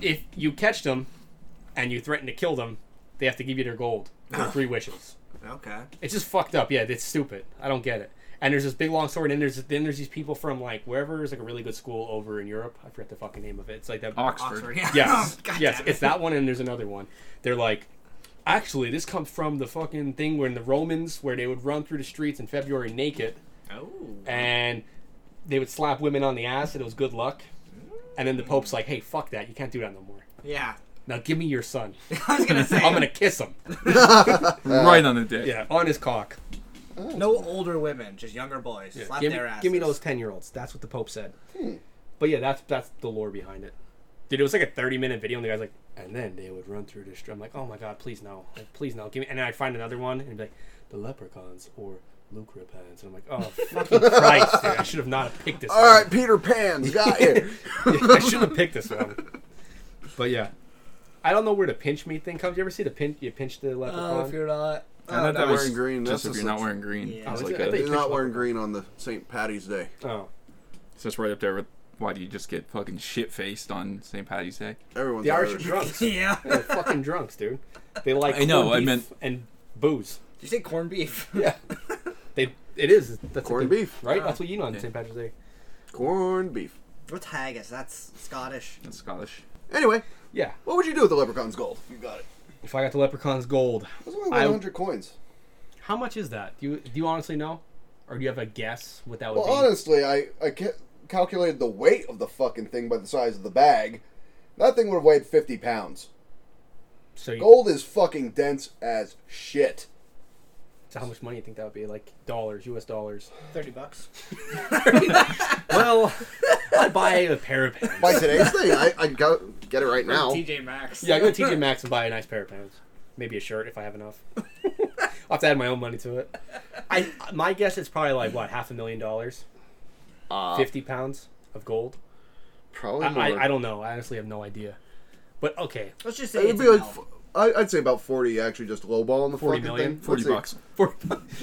if you catch them and you threaten to kill them, they have to give you their gold, their three wishes. Okay. It's just fucked up. Yeah, it's stupid. I don't get it. And there's this big long story, and then there's then there's these people from like wherever is like a really good school over in Europe. I forget the fucking name of it. It's like that. Oxford. Oxford. Yeah. Yes, God yes, damn Oh, it. it's that one, and there's another one. They're like, actually, this comes from the fucking thing where in the Romans where they would run through the streets in February naked, Oh. and they would slap women on the ass and it was good luck. And then the Pope's like, hey, fuck that. You can't do that no more. Yeah. Now give me your son. I was gonna say. I'm going to kiss him. right on the dick. Yeah, on his cock. No older women, just younger boys. Slap give, me, their asses. give me those 10 year olds. That's what the Pope said. Hmm. But yeah, that's that's the lore behind it. Dude, it was like a 30 minute video, and the guy's like, and then they would run through this. I'm like, oh my God, please no. Like, please no. Give me. And then I'd find another one, and it'd be like, the leprechauns or lucrepans. And I'm like, oh, fucking Christ, dude. I should have not picked this All one. right, Peter Pan's got you. I should have picked this one. But yeah, I don't know where the pinch me thing comes. You ever see the pinch? You pinch the Oh, leprechaun. if you're not. I thought not that was wearing green, just that's if just you're not a- wearing green. Yeah. It's Oh, like I a, think- You're not wearing green on the St. Patty's Day. oh, it's just right up there with why do you just get fucking shit faced on St. Patty's Day? Everyone's the Irish are Irish. drunks. Yeah. They're fucking drunks, dude. They like I know, corned I beef meant- and booze. Did you say corned beef? Yeah, they. It is. That's a Corned good- beef. right? That's what you know on St. Patrick's Day. Corned beef. What's haggis? That's Scottish. That's Scottish. Anyway, Yeah. what would you do with the leprechaun's gold? You got it. If I got the leprechaun's gold, That's only I- 100 coins. how much is that? Do you do you honestly know, or do you have a guess what that would Well, be? honestly, I, I ca- calculated the weight of the fucking thing by the size of the bag. That thing would have weighed 50 pounds. so, you, Gold is fucking dense as shit. so how much money you think that would be? Like dollars, U.S. dollars. Thirty bucks. well, I'd buy a pair of pants. By today's thing, I, I go get it right now. TJ Maxx. Yeah, I go to TJ Maxx and buy a nice pair of pants. Maybe a shirt if I have enough. I'll have to add my own money to it. I my guess is probably like what half a million dollars, Uh, fifty pounds of gold. Probably I, I, I don't know. I honestly have no idea. But okay, Let's just say It'd it's be like, an f- I, would say about forty. Actually, just lowballing the 40 fucking million? thing. 40 Let's see. bucks.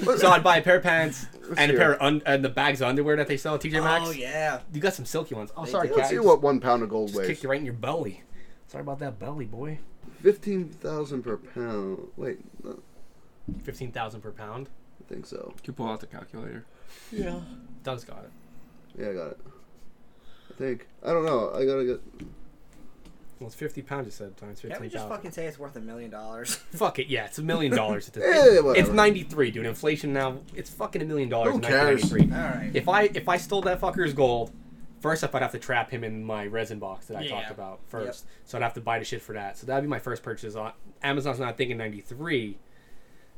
For- so I'd buy a pair of pants and a see pair of un, and the bags of underwear that they sell at TJ elf. Maxx. Oh yeah. You got some silky ones. Oh, sorry, do. cat. Let's see You what one pound of gold just weighs. kicked you right in your belly. Sorry about that belly, boy. Fifteen thousand per pound. Wait, no, Fifteen thousand per pound. I think so. You pull out the calculator. Yeah. Doug's got it. Yeah, I got it. I think. I don't know. I gotta get. Well, it's fifty pounds. You said times fifteen Can't we thousand. just fucking say it's worth a million dollars? Fuck it, yeah, it's a million dollars at this Eh, point. It's whatever. ninety three, dude. Inflation now, it's fucking a million dollars Who in nineteen ninety All three. right. If I if I stole that fucker's gold, first up I'd have to trap him in my resin box that I Yeah. talked about first. So I'd have to buy the shit for that. So that'd be my first purchase on Amazon's not thinking ninety three,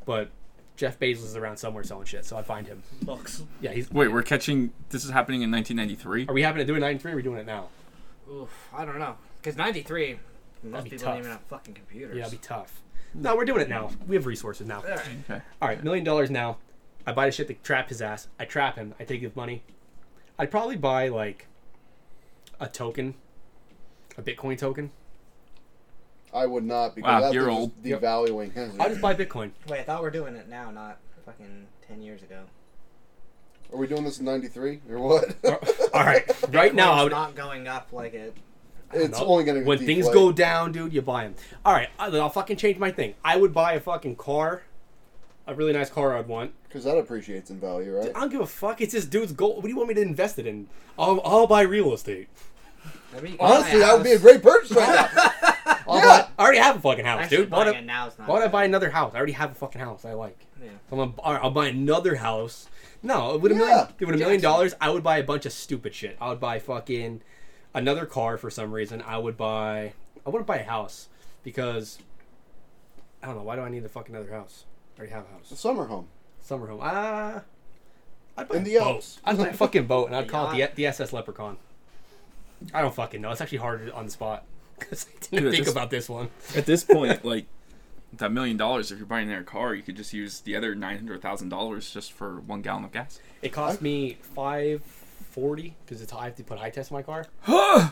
but Jeff Bezos is around somewhere selling shit, so I'd find him. Books. Yeah, he's Wait, we're catching. This is happening in 1993. are we having to do it ninety three or are we doing it now? Oof. I don't know. Cause ninety three. Most be people tough. don't even have fucking computers. Yeah, it'd be tough. No, we're doing it now. We have resources now. All right. Okay. All right, million dollars now. I buy the shit to trap his ass. I trap him. I take his money. I'd probably buy like a token, a Bitcoin token. I would not because Wow, that's you're just old. Yep. devaluing. I'll just buy Bitcoin. Wait, I thought we were doing it now, not fucking ten years ago. Are we doing this in 93 or what? All right, right now I it's would. not going up like it. it's only going to when things go down, dude. You buy them. All right, I- I'll fucking change my thing. I would buy a fucking car, a really nice car I'd want. Because that appreciates in value, right? I don't give a fuck. It's this dude's gold. What do you want me to invest it in? I'll, I'll buy real estate. I mean, you can buy Honestly, that would be a house. great purchase right now. I'll Yeah. buy- I already have a fucking house, Actually, dude. Why buying would I- it now is not. why would I bad. buy another house? I already have a fucking house I like. Yeah. So I'm gonna, all right, I'll buy another house. No, with a Yeah. million, dude, with a million Jackson. dollars, I would buy a bunch of stupid shit. I would buy fucking another car for some reason. I would buy. I wouldn't buy a house because I don't know. Why do I need a fucking other house? I already have a house. Summer home. Summer home. Ah. I'd buy In a the boat. Alps. I'd buy a fucking boat and I'd A call it yacht. the, the SS Leprechaun. I don't fucking know. It's actually harder on the spot because I didn't Dude, think this- about this one. At this point, like that million dollars, if you're buying their car, you could just use the other nine hundred thousand dollars just for one gallon of gas. It cost me five forty because it's I have to put high test in my car.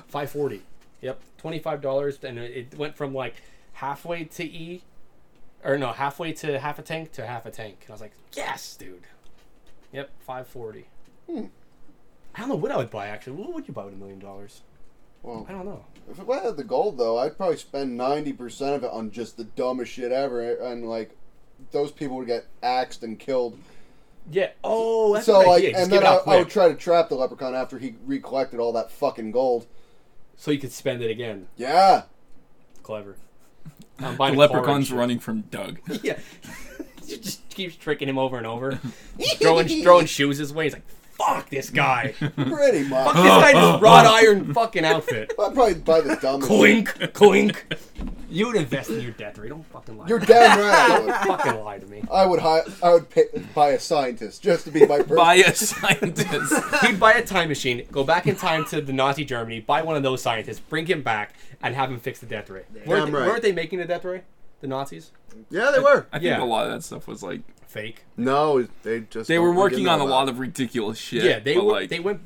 five forty. Yep, twenty five dollars, and it- it went from like halfway to E, or no, halfway to half a tank to half a tank, and I was like, yes, dude. Yep, five forty. Hmm. I don't know what I would buy actually. What would you buy with a million dollars? Well, I don't know. if I had the gold though, I'd probably spend ninety percent of it on just the dumbest shit ever, and like those people would get axed and killed. Yeah. Oh, that's so a good like, idea. Just and give it then I, out I would quick try to trap the leprechaun after he recollected all that fucking gold. so you could spend it again. Yeah, Clever. I'm buying The a car and leprechaun's shit. running from Doug. Yeah. he just keeps tricking him over and over. throwing throwing shoes his way. He's like, fuck this guy. fuck this pretty much. guy in Oh, his wrought iron fucking outfit. I'd probably buy the dumbest. shit. clink, clink. You would invest in your death ray. Don't fucking lie. You're to me. damn right. I would. fucking lie to me. I would hi- I would pay, buy a scientist just to be my person. Buy a scientist. He'd buy a time machine, go back in time to the Nazi Germany, buy one of those scientists, bring him back, and have him fix the death ray. Weren't, Damn they, right. weren't they making the death ray? The Nazis? Yeah, they were. I think Yeah. a lot of that stuff was like Fake. No, they just they don't were freaking working know on a about lot it. of ridiculous shit. Yeah, they but, were. like they went.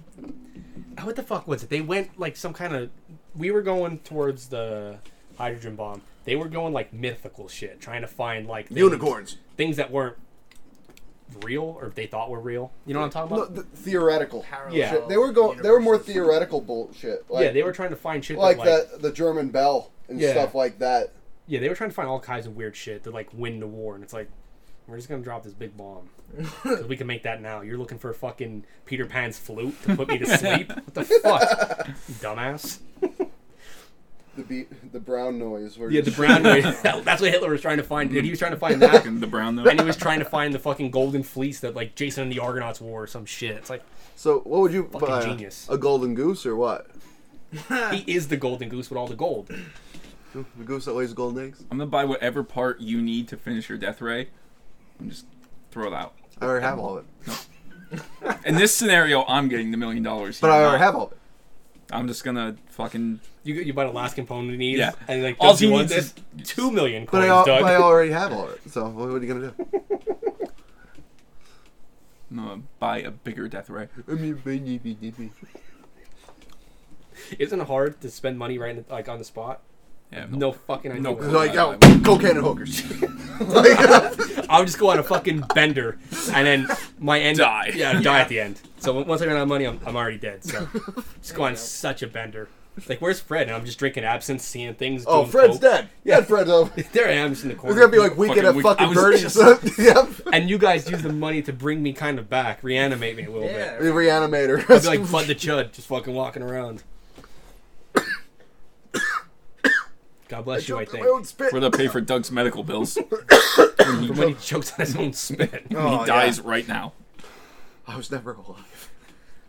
oh, What the fuck was it? They went like some kind of. We were going towards the hydrogen bomb. They were going like mythical shit, trying to find like things, unicorns. things that weren't real or they thought were real. You know what I'm talking No, about? the theoretical. Parallel Yeah. They were going. They were more universes. theoretical bullshit. Like, yeah, they were trying to find shit. like that, like, that the German bell and Yeah. stuff like that. Yeah, they were trying to find all kinds of weird shit to like win the war, and it's like we're just gonna drop this big bomb 'Cause we can make that now. You're looking for fucking Peter Pan's flute to put me to sleep? what the fuck, dumbass? The beat, the brown noise. Where Yeah, the brown way. That's what Hitler was trying to find, dude. He was trying to find that, fucking the brown though. and he was trying to find the fucking golden fleece that like Jason and the Argonauts wore or some shit. It's like So what would you buy? genius. A golden goose or what? he is the golden goose with all the gold. The goose that lays golden eggs. I'm gonna buy whatever part you need to finish your death ray, and just throw it out. I already have all of it. In this scenario, I'm getting the million dollars. But here, I already not- have all of it. I'm just gonna fucking You you buy the last component he needs, Yeah. and like All all he you want needs this two million But coins, I, al- Doug. but I already have all of it. So what are you gonna do? I'm gonna uh, buy a bigger death ray. I mean, baby, baby, baby. Isn't it hard to spend money right in the- like on the spot? Yeah, No, fucking idea. No what- clue. like I- oh, cocaine and hookers. uh, I'll just go on a fucking bender, and then my end Die. Yeah, die at the end. So on- once I run out of money, I'm, I'm already dead. So just go on such a bender. Like where's Fred? And I'm just drinking absinthe, seeing things. oh, doing Fred's coke. dead. yeah, Fred's over. There I am, just in the corner. It's gonna be like weekend Fucking at week- I fucking was Bernie's. just- yep. and you guys use the money to bring me kind of back, reanimate me a little Yeah. bit. We reanimate her. I'd be like Bud the Chud, just fucking walking around. God bless you, I Choked on think. my own spit. We're gonna pay for Doug's medical bills. For when he chokes on his own spit. he Oh, dies yeah. right now. I was never alive.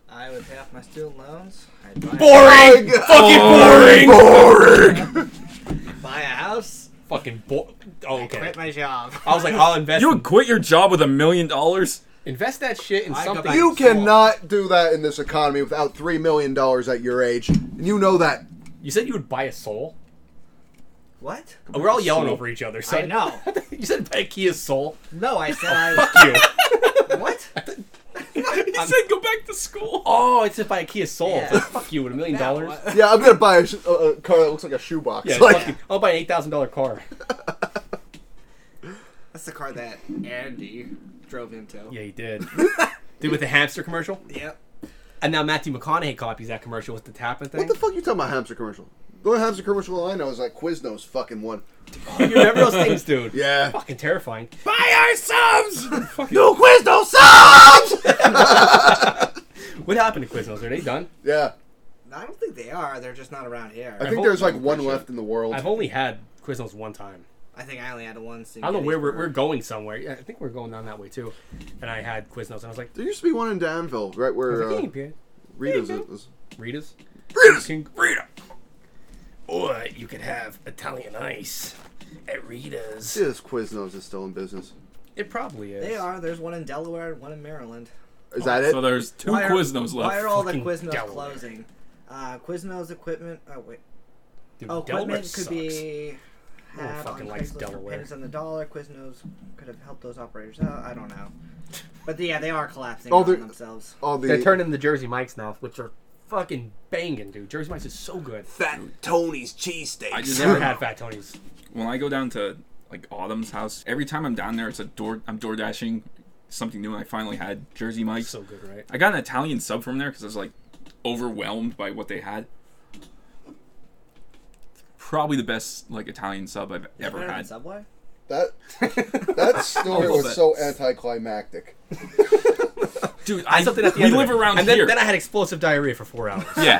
I would pay off my student loans. I'd buy, Boring! God. Fucking Oh, boring! buy a house. Fucking bo- Oh, okay. Quit my job. I was like, I'll invest. You would quit your job with a million dollars? invest that shit in I got something. back You Small. cannot do that in this economy without three million dollars at your age, and you know that. You said you would buy a soul. What? Oh, we're all yelling Soul. over each other. So I know. you said buy a Kia Soul. No, I said I. Fuck you. What? He said go back to school. oh, it's said buy a Kia Soul. It's Yeah. like, fuck you with a million Now dollars. what? Yeah, I'm gonna buy a, sh- a, a car that looks like a shoebox. Yeah, like, fucking, I'll buy an eight thousand dollar car. That's the car that Andy drove into. Yeah, he did. Dude, with the hamster commercial, Yep. and now Matthew McConaughey copies that commercial with the tapping thing. what the fuck you talking about hamster commercial? The only hamster commercial I know is like Quiznos fucking one. you remember those things, dude? Yeah. Fucking terrifying. Buy our subs. Fucking- No quiz, no subs. What happened to Quiznos? Are they done? Yeah, I don't think they are. They're just not around here. I I, I've o- think there's like I'm one pretty sure- left in the world. I've only had Quiznos one time. think I only had one. I don't know where we're, we're going somewhere. Yeah, I think we're going down that way too. And I had Quiznos, and I was like, There used to be one in Danville, right I was where like, uh, "Hey, Pierre, Rita's is. Rita's, Rita's! Can- Rita. Or you could have Italian ice at Rita's. See, this Quiznos is still in business. It probably is. They are. There's one in Delaware and one in Maryland. Is that it? So there's two Why are- Quiznos left. Why are all the Fucking Quiznos Delaware. closing? Uh, Quiznos equipment. Oh wait. Dude, Oh, Delaware equipment could sucks. be. No one had fucking on likes Craigslist for Delaware. pennies on the dollar. Quiznos could have helped those operators out. I don't know. But yeah, they are collapsing Oh, on they're- themselves. All the They're turning the Jersey Mike's now, which are fucking banging, dude. Jersey Mike's is so good. Fat Tony's cheesesteaks. I just Never never had Fat Tony's. when I go down to like Autumn's house, every time I'm down there, it's a door. I'm door dashing something new, and I finally had Jersey Mike's. So good, right? I got an Italian sub from there because I was like overwhelmed by what they had. Probably the best like Italian sub I've Better ever than had. Subway. That that story little was bit. so anticlimactic. Dude, I, Something at the we end of live it. around and here. Then, then I had explosive diarrhea for four hours. yeah,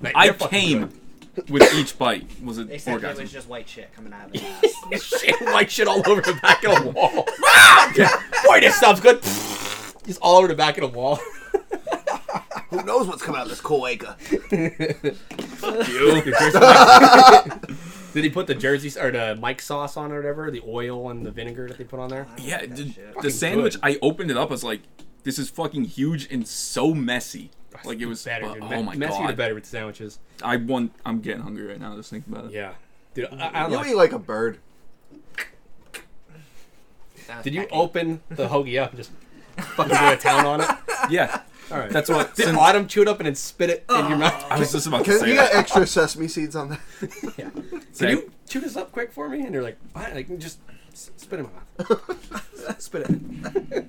Like, I they're fucking came with each bite. Was it Except it orgasm? was just white shit coming out of it. ass. good. shit, white shit all over the back of the wall. yeah. Boy, this stuff's good. Just all over the back of the wall. Who knows what's coming out of this cool acre? The Jersey Mike's- Did he put the Jersey or the Mike sauce on or whatever? The oil and the vinegar that they put on there. Yeah, That dude, shit. the Fucking sandwich. good. I opened it up. I was like, "This is fucking huge and so messy." Like it was. better. uh, dude. oh my messier the god! better with sandwiches. I want. I'm getting hungry right now. Just thinking about it. Yeah, dude. I, I don't You know. eat like a bird. Did you open the hoagie up and just fucking go to town on it? Yeah, All right. that's what. Did since- Autumn chew it up and then spit it in your mouth? I was just about to Can, say you that. got extra sesame seeds on that? Yeah. Say, Can you chew this up quick for me? And they're like, fine. Like, just s- spit it in my mouth. spit it.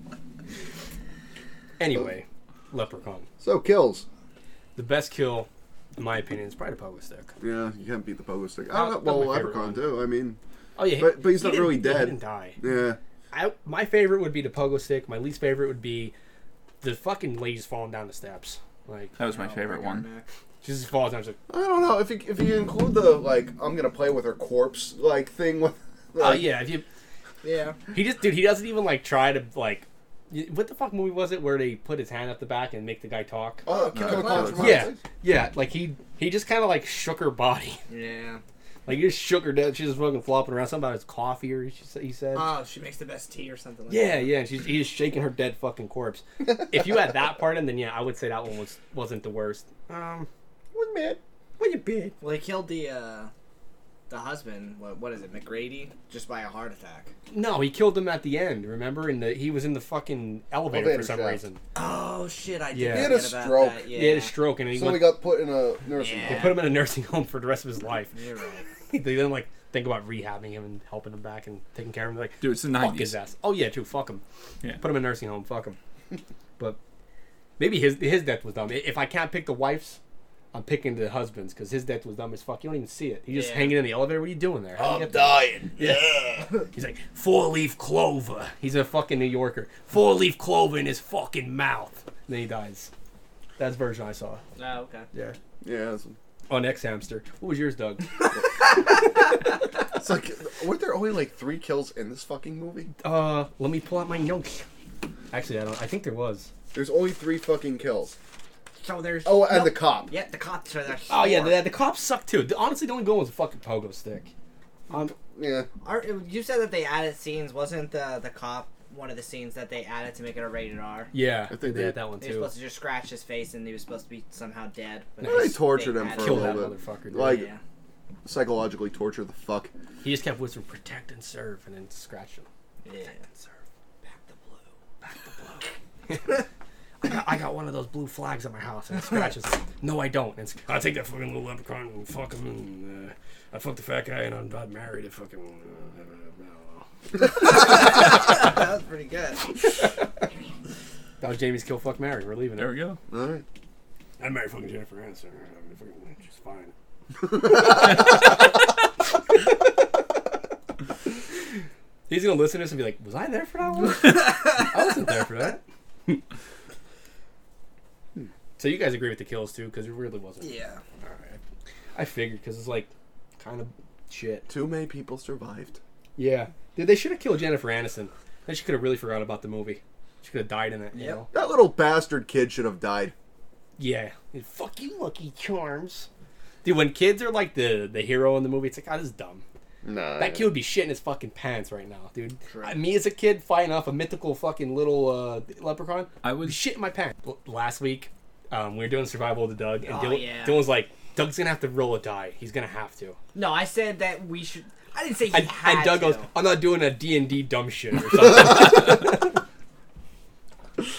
anyway, Leprechaun. So kills. The best kill, in my opinion, is probably the pogo stick. Yeah, you can't beat the pogo stick. I Not- don't know. not Well, my favorite leprechaun one. too. I mean, Oh yeah, But- but he's he not didn't- really He dead. didn't die. yeah. I, my favorite would be the pogo stick. My least favorite would be the fucking ladies falling down the steps. Like That was my favorite one. Neck. she just falls down. She's like, I don't know if you if you include the like I'm gonna play with her corpse like thing with. oh Like, yeah, if you Yeah. He just, dude, he doesn't even like try to like. y- What the fuck movie was it where they put his hand up the back and make the guy talk? Oh, No, Killer no, Clowns no, from yeah, Outer Space? yeah. Like he he just kind of like shook her body, Yeah. like he just shook her down. She's just fucking flopping around. Something about his coffee or she, sa- he said. Uh, Oh, she makes the best tea or something. like yeah, yeah. And she's he's shaking her dead fucking corpse. if you had that part in, then yeah, I would say that one was wasn't the worst. Um, wasn't bad. Wasn't bad. Well, he killed the uh, the husband. What, what is it, McGrady? Just by a heart attack. No, he killed him at the end. Remember, in the he was in the fucking elevator Elevator for some shaft. reason. Oh shit! I did. Yeah. He had a forget about stroke. that, He Yeah. He had a stroke and he So went, we got put in a nursing Yeah. home. they put him in a nursing home for the rest of his life. You're right. they then like think about rehabbing him and helping him back and taking care of him. They're like, Dude, it's the fuck his nineties. ass. Oh yeah, true. Fuck him. Yeah. Put him in a nursing home. Fuck him. but maybe his his death was dumb. I- If I can't pick the wife's, I'm picking the husband's because his death was dumb as fuck. You don't even see it. He's just Yeah. hanging in the elevator. What are you doing there? How'd you get there? dying. He's like four leaf clover. He's a fucking New Yorker. Four leaf clover in his fucking mouth. And then he dies. That's the version I saw. Oh okay. Yeah. Yeah, that's- On X Hamster. What was yours, Doug? it's like weren't there only like three kills in this fucking movie? Uh, let me pull out my notes. Actually, I don't. I think there was. There's only three fucking kills. So there's. Oh, and Nope. the cop. Yeah, the cops are there. Oh yeah, the, the cops suck too. The- honestly, the only good one was a fucking pogo stick. Um, Yeah. Are, you said that they added scenes. Wasn't the the cop one of the scenes that they added to make it a rated R? yeah, I think think they- they had that one They were too. supposed to just scratch his face, and he was supposed to be somehow dead. But Well, they tortured him added for a it. Kill that little bit. motherfucker. dude. Like- Yeah. Psychologically torture the fuck. he just kept whispering, "Protect and serve," and then scratch him. yeah. And serve. Back the blue. I got, I got one of those blue flags at my house, and it scratches. him. No, I don't. It's, I take that fucking little leprechaun and fuck him. And, uh, I fucked the fat guy, and I'm not married. to fucking. Uh, that was pretty good. that was Jamie's kill. Fuck Mary. We're leaving. There it. we go. All right. I married fucking Jennifer Aniston. I mean, fucking, she's fine. He's gonna listen to this and be like, "Was I there for that one? I wasn't there for that." So you guys agree with the kills too, because it really wasn't. Yeah. All right. I figured because it's like kind of shit. Too many people survived. Yeah, Dude, they should have killed Jennifer Aniston. Then she could have really forgot about the movie. She could have died in it. You Yep. know? That little bastard kid should have died. Yeah. Fuck you, Lucky Charms. Dude, when kids are like the the hero in the movie, it's like, oh, this is dumb. Nah. That kid would be shitting his fucking pants right now, dude. Correct. I- me as a kid fighting off a mythical fucking little uh, leprechaun, I would was- be shitting my pants. L- last week, um, we were doing survival to Doug, and Oh, Dylan, yeah. Dylan was like, Doug's gonna have to roll a die. He's gonna have to. No, I said that we should. I didn't say he And, had and Doug to. goes, I'm not doing a D&D dumb shit or something.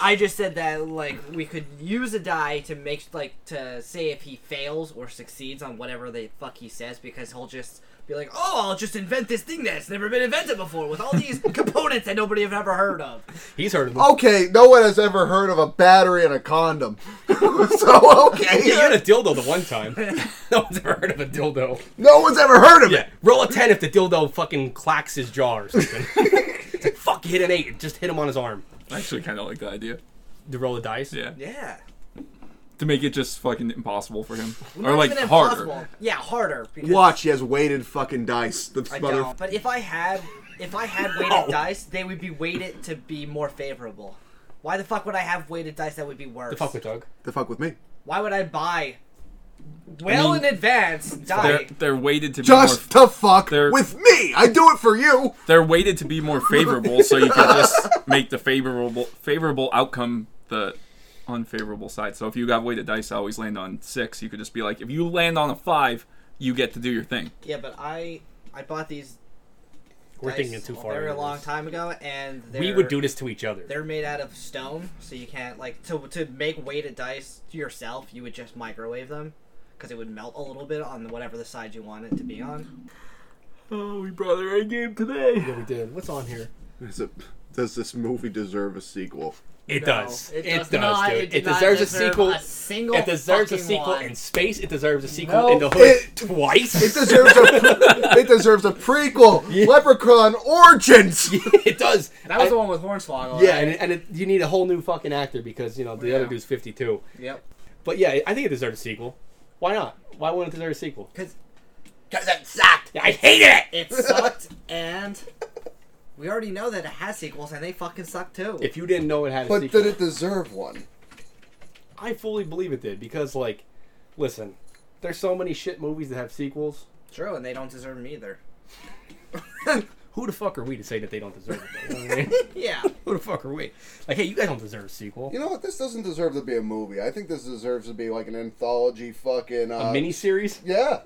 I just said that like we could use a die to make like to say if he fails or succeeds on whatever the fuck he says because he'll just be like, oh, I'll just invent this thing that's never been invented before with all these components that nobody have ever heard of. He's heard Oh, of him. Okay, no one has ever heard of a battery and a condom. so okay, Yeah, you had a dildo the one time. no one's ever heard of a dildo. no one's ever heard of Yeah, it. roll a ten if the dildo fucking clacks his jaw or something. It's like, fuck, hit an eight. and Just hit him on his arm. I actually kind of like the idea. To roll the dice. Yeah. Yeah, To make it just fucking impossible for him. or Not like even harder. impossible. Yeah, harder. Because Watch, he has weighted fucking dice. This I mother. don't. But if I had, if I had weighted No. dice, they would be weighted to be more favorable. Why the fuck would I have weighted dice that would be worse? The fuck with Doug. The fuck with me. Why would I buy well mean, in advance die? They're, they're weighted to be more Just to fuck They're- with me. I do it for you. they're weighted to be more favorable, so you can just make the favorable favorable outcome the unfavorable side. So if you got weighted dice, I always land on six. You could just be like, if you land on a five, you get to do your thing. Yeah, but I I bought these We're dice thinking too a far. very into long this. time ago, and they're, We would do this to each other. They're made out of stone, so you can't like to to make weighted dice yourself. You would just microwave them because it would melt a little bit on whatever the side you want it to be on. Oh, we brought the right game today. Yeah, we did. What's on here? Is it, does this movie deserve a sequel? It No, does. It, does, not- It, dude. It, deserves a sequel. A single it deserves a fucking sequel one. in space. It deserves a sequel No. in the hood It- twice. It deserves a it deserves a prequel. Leprechaun Origins. it does. That was I- the one with Hornswoggle. Yeah, right? and, it, and it, you need a whole new fucking actor because you know the other Yeah. dude's fifty two. Yep. But yeah, I think it deserves a sequel. Why not? Why wouldn't it deserve a sequel? Because Cause it sucked. I hated it. it sucked, and we already know that it has sequels, and they fucking suck too. If you didn't know it had a But sequel, did it deserve one? I fully believe it did because like, listen, there's so many shit movies that have sequels. True, and they don't deserve them either. Who the fuck are we to say that they don't deserve it? though? You know what I mean? Yeah. Who the fuck are we? Like, hey, you guys don't deserve a sequel. You know what? This doesn't deserve to be a movie. I think this deserves to be like an anthology fucking. Uh, A mini series, Yeah.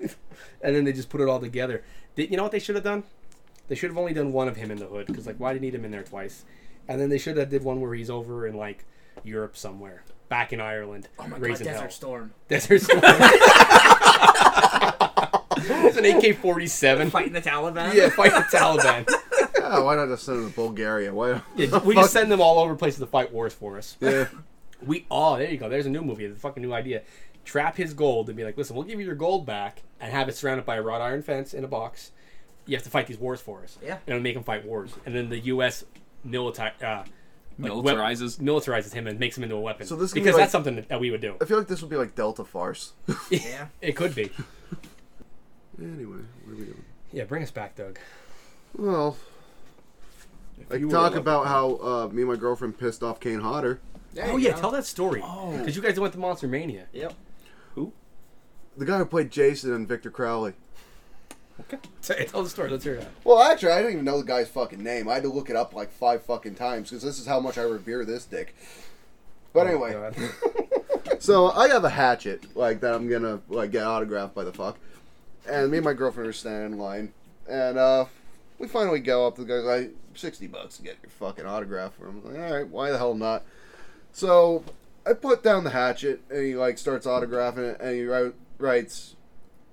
and then they just put it all together. Did, you know what they should have done? They should have only done one of him in the hood because like, why do you need him in there twice? And then they should have did one where he's over in like Europe somewhere, back in Ireland, oh my A raising desert hell. storm. Desert Storm. it's an AK forty seven. Fighting the Taliban. Yeah, fight the Taliban. Yeah, why not just send him to Bulgaria? Why? Yeah, we just send them all over the place to fight wars for us. yeah. We oh, there you go. There's a new movie. It's a fucking new idea. Trap his gold and be like, listen, we'll give you your gold back and have it surrounded by a wrought iron fence in a box. You have to fight these wars for us. Yeah. and it'll make him fight wars. And then the U.S. military uh, like, wep- Militarizes. militarizes him and makes him into a weapon. So this could be because like- that's something that, that we would do. I feel like this would be like Delta Farce. Yeah. It could be. anyway, what are we doing? Yeah, bring us back, Doug. Well, I you can were talk a about how uh, me and my girlfriend pissed off Kane Hodder, oh yeah, tell that story. Oh. Because you guys went to Monster Mania. Yep. the guy who played Jason and Victor Crowley. Okay. Tell, tell the story. Let's hear that. Well, actually, I didn't even know the guy's fucking name. I had to look it up like five fucking times because this is how much I revere this dick. But Oh, anyway, God. So I have a hatchet like that. I'm gonna like get autographed by the fuck. and me and my girlfriend are standing in line, and uh, we finally go up to the guy's like, 60 bucks to get your fucking autograph for him. I'm like, all right, why the hell not? So I put down the hatchet, and he like starts autographing it, and he write, writes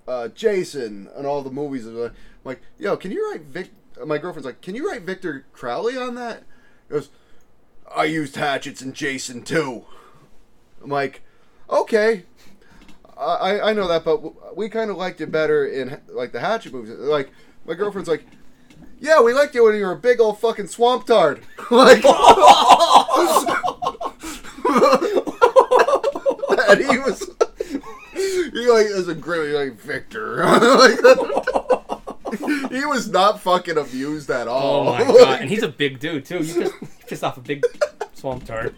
uh, Jason and all the movies. And I'm like, yo, can you write Vic? My girlfriend's like, can you write Victor Crowley on that? He goes, I used hatchets in Jason too. I'm like, okay, I, I know that, but w- we kind of liked it better in like the Hatchet movies. Like my girlfriend's like, yeah, we liked it when you were a big old fucking swamp tard. like, that and he was. He like is a great like Victor. Like, he was not fucking abused at Oh all. my god! And he's a big dude too. You just pissed off a big swamp turd.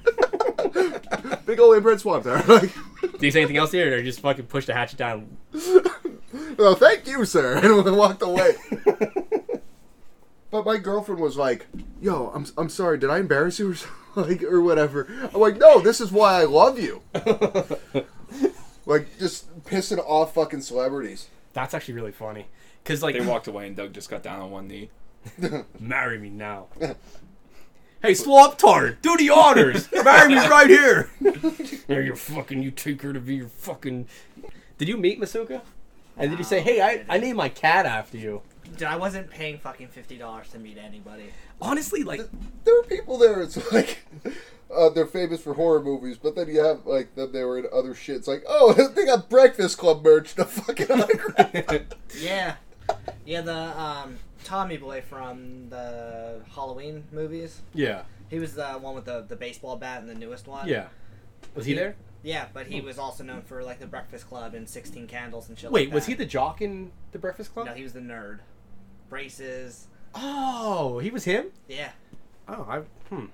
Big old inbred swamp there. Like, Do you say anything else here, or just fucking push the hatchet down? well, thank you, sir, and walked away. But my girlfriend was like, "Yo, I'm I'm sorry. Did I embarrass you or something? like or whatever?" I'm like, "No, this is why I love you." like just pissing off fucking celebrities. That's actually really funny. Cause like They walked away, and Doug just got down on one knee. marry me now. hey, swamp turd, do the honors. marry me right here. There you fucking. You take her to be your fucking. Did you meet Masuka? And did you say, No, "Hey, I I, didn't. I named my cat after you"? Dude, I wasn't paying fucking fifty dollars to meet anybody. Honestly, like There were people there. It's like. Uh, they're famous for horror movies, but then you have like them. They were in other shit. It's like, oh, they got Breakfast Club merch. The fucking autograph. Yeah, yeah. The um, Tommy Boy from the Halloween movies. yeah, He was the one with the, the baseball bat in the newest one. yeah. Was he there? Yeah, but he was also known for like the Breakfast Club and Sixteen Candles and shit. Wait, like was he that. the jock in the Breakfast Club? No, he was the nerd. Braces. Oh, he was him. Yeah. Oh, I hmm.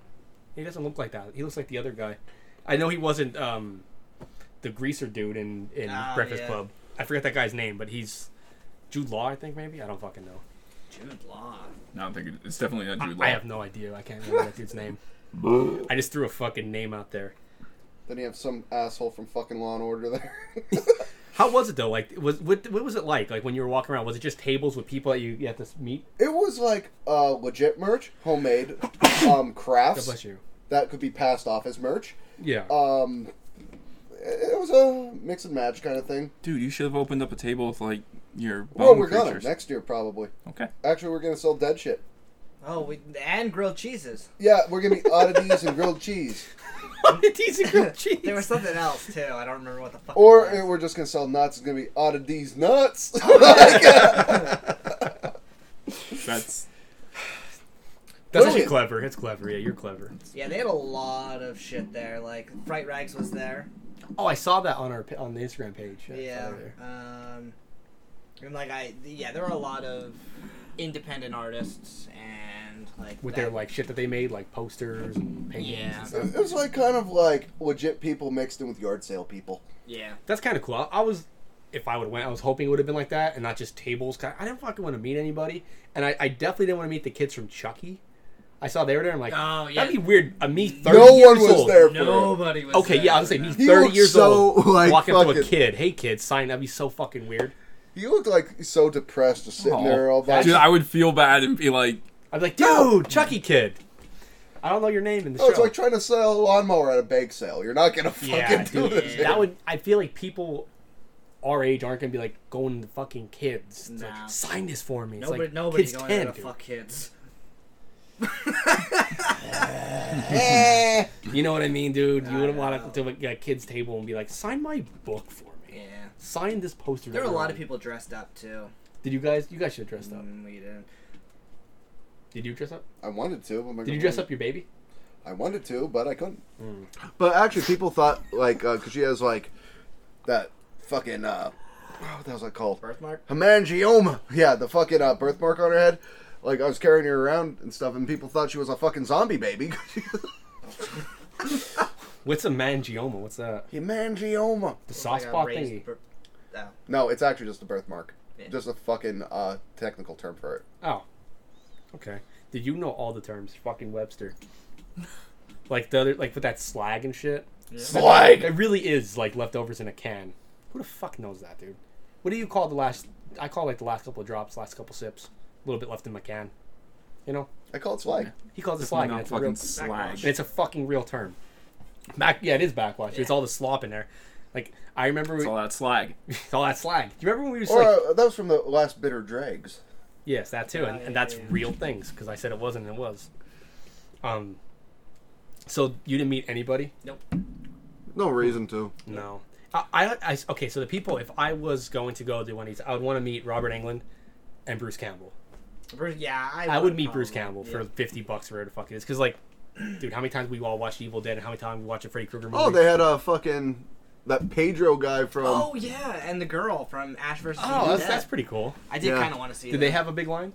He doesn't look like that. He looks like the other guy. I know he wasn't um, the greaser dude in in Ah, Breakfast yeah. Club. I forget that guy's name, but he's Jude Law, I think maybe. I don't fucking know. Jude Law. No, I'm thinking it's definitely not Jude Law. I have no idea. I can't remember that dude's name. I just threw a fucking name out there. then you have some asshole from fucking Law and Order there. How was it though? Like, was what, what was it like? Like when you were walking around, was it just tables with people that you, you had to meet? it was like uh, legit merch, homemade um, crafts God bless you. that could be passed off as merch. Yeah. Oh. Um, it it was a mix and match kind of thing. Dude, you should have opened up a table with like your bone Well, we're gonna creatures. next year probably. okay. Actually, we're gonna sell dead shit. Oh, we, and grilled cheeses. Yeah, we're gonna be oddities and grilled cheese, He's a grilled cheese. There was something else too. I don't remember what the fuck. or it uh, was. we're just gonna sell nuts. It's gonna be oddities nuts. That's That's actually Brilliant. clever. It's clever. Yeah, you're clever. yeah, they had a lot of shit there. Like Fright Rags was there. Oh, I saw that on our pa- on the Instagram page. I saw Yeah. that there. Um, and like I, yeah, there were a lot of independent artists and like with that- their like shit that they made, like posters and paintings. Yeah. And stuff. it was like kind of like legit people mixed in with yard sale people. yeah. That's kind of cool. I, I was, if I would have went, I was hoping it would have been like that and not just tables. 'Cause I didn't fucking want to meet anybody, and I, I definitely didn't want to meet the kids from Chucky. I saw they were there. I'm like, Oh, yeah. that'd be weird. A me thirty No years one was old. there for it. Nobody was. Okay, there yeah, I was for gonna that. say me He thirty looked years so, old like, walking up to a fucking- kid. Hey, kid, sign. That'd be so fucking weird. You looked like so depressed, just sitting Aw. there all by. dude. I would feel bad and be like, I'd be like, dude, Chucky kid. I don't know your name in the Oh, it's show. like trying to sell a lawnmower at a bake sale. You're not gonna fucking Yeah, do dude, this. that would. I feel like people our age aren't gonna be like going to fucking kids. It's Nah. like, sign this for me. It's Nobody, like, nobody kids going 10, there to dude. fuck kids. Eh. You know what I mean, dude? You wouldn't want to to a kid's table and be like, sign my book for me. Yeah. Sign this poster. There that were a you're lot of on." people dressed up too. Did you guys? You guys should have dressed up. Mm, We didn't. Did you dress up? I wanted to, but my Did you dress up Hmm. your baby? I wanted to, but I couldn't. But actually, people thought like because she has like that fucking uh, what the hell's that called? Birthmark. Hemangioma. Yeah, the fucking uh, birthmark on her head. Like I was carrying her around and stuff, and people thought she was a fucking zombie baby. What's a mangioma? What's that? Hemangioma. Oh, Like The soft a spot raised thingy. bir- oh. No, it's actually just a birthmark. Yeah. Just a fucking uh, technical term for it. Oh. Okay. Did you know all the terms? Fucking Webster. Like the other, like with that slag and shit. Slag. It really is like leftovers in a can. Who the fuck knows that, dude? What do you call the last? I call like the last couple of drops, last couple sips, a little bit left in my can. You know, I call it slag. he calls it slag, and not it's, a real, fucking and slag. it's a fucking real term. Back, yeah, it is backwash. It's all the slop in there. Like I remember, It's we, all that slag. it's all that slag. Do you remember when we was Or like, uh, that was from the last bitter dregs. yes, that too, and, yeah, and that's yeah. real things because I said it wasn't, and it was. Um. So you didn't meet anybody. Nope. No reason to. No. I, I, I- okay. So the people, if I was going to go do one of these, I would want to meet Robert England and Bruce Campbell. Bruce, yeah, I, I would meet probably- Bruce Campbell for Oh, yeah. fifty bucks or whatever the fuck it is, because like, dude, how many times we all watched Evil Dead and how many times we watched a Freddy Krueger movie? Oh, they had a fucking that Pedro guy from. Oh yeah, and the girl from Ash versus. Oh, Evil that's, Dead. that's pretty cool. I did yeah. kind of want to see. Did that. they have a big line?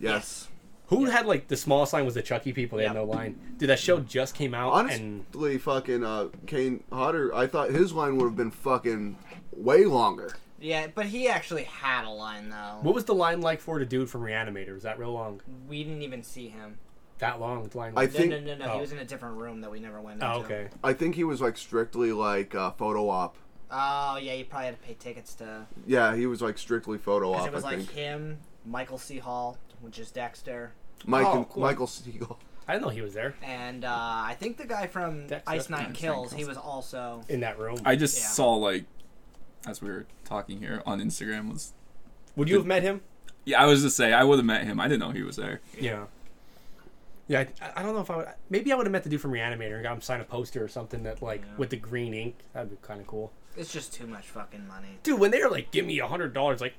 yes. Who had like the smallest line was the Chucky people. They had Yeah. no line. Dude, that show just came out and Honestly, fucking uh, Kane Hodder, I thought his line would have been fucking way longer. Yeah, but he actually had a line though. what was the line like for the dude from Reanimator? Was that real long? We didn't even see him. That long the line? I was- No, think- no, no, no. oh. He was in a different room that we never went oh, into. okay. I think he was like strictly like uh, photo op. Oh yeah, you probably had to pay tickets to. Yeah, he was like strictly photo Because op. it was I like think him, Michael C. Hall, which is Dexter, Mike Oh, and- cool. Michael Siegel. I didn't know he was there and uh, I think the guy from Dexter. Ice Nine Ice Kills. Nine He was Kills. also. in that room. I just Yeah. saw like as we were talking here on Instagram was Would you have met him? yeah I was just say I would have met him I didn't know he was there Yeah. Yeah, I, I don't know if I would. Maybe I would have met the dude from Reanimator and got him to sign a poster or something that like Yeah. with the green ink. That'd be kind of cool. It's just too much fucking money. Dude, when they're like, "Give me a hundred dollars," like,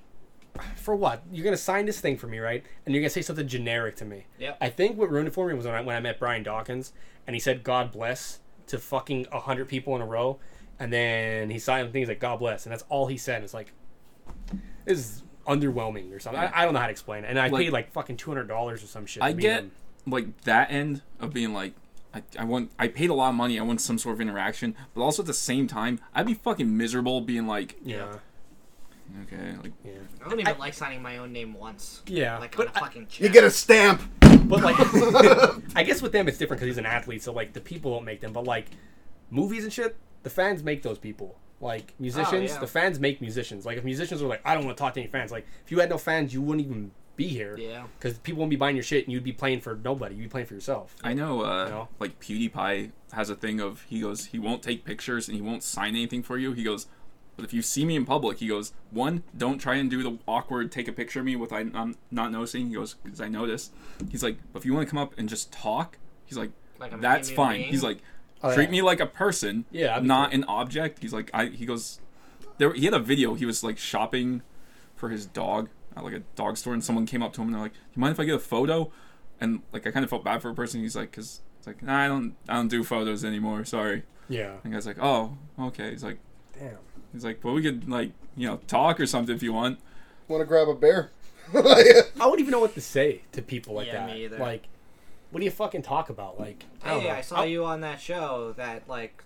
for what? You're gonna sign this thing for me, right? And you're gonna say something generic to me. Yep. I think what ruined it for me was when I when I met Brian Dawkins and he said "God bless" to fucking a hundred people in a row, and then he signed things like "God bless," and that's all he said. It's like, this is underwhelming or something. I, I don't know how to explain it. And I Like- paid like fucking two hundred dollars or some shit. I to meet get him. like that end of being like, I, I want, I paid a lot of money, I want some sort of interaction, but also at the same time, I'd be fucking miserable being like, Yeah. okay, like, Yeah. I don't even like signing my own name once. Yeah. Like on but a fucking check. You get a stamp. But like, I guess with them it's different because he's an athlete, so like the people don't make them. But like movies and shit, the fans make those people. Like musicians, Oh, yeah. the fans make musicians. Like if musicians were like, I don't want to talk to any fans. Like if you had no fans, you wouldn't even be here. Yeah. Because people wouldn't be buying your shit, and you'd be playing for nobody. You'd be playing for yourself. I know, uh, No. like PewDiePie has a thing of he goes, he won't take pictures and he won't sign anything for you. He goes, but if you see me in public, he goes, one, don't try and do the awkward take a picture of me with I, I'm not noticing. He goes, because I notice. He's like, but if you want to come up and just talk, he's like, Like I'm a that's human fine. being? He's like, yeah. treat me like a person, Yeah, that'd be not cool. an object. He's like, I. He goes, there. He had a video. He was like shopping for his dog at like a dog store, and someone came up to him and they're like, "Do you mind if I get a photo?" And like, I kind of felt bad for a person. He's like, "Cause it's like, nah, I don't, I don't do photos anymore. Sorry." Yeah. And the guy's like, "Oh, okay." He's like, Damn. he's like, "Well, we could like, you know, talk or something if you want." Want to grab a bear? I wouldn't even know what to say to people like Yeah, that. me either. Like, what do you fucking talk about? Like, I don't Hey, know. I saw you on that show that like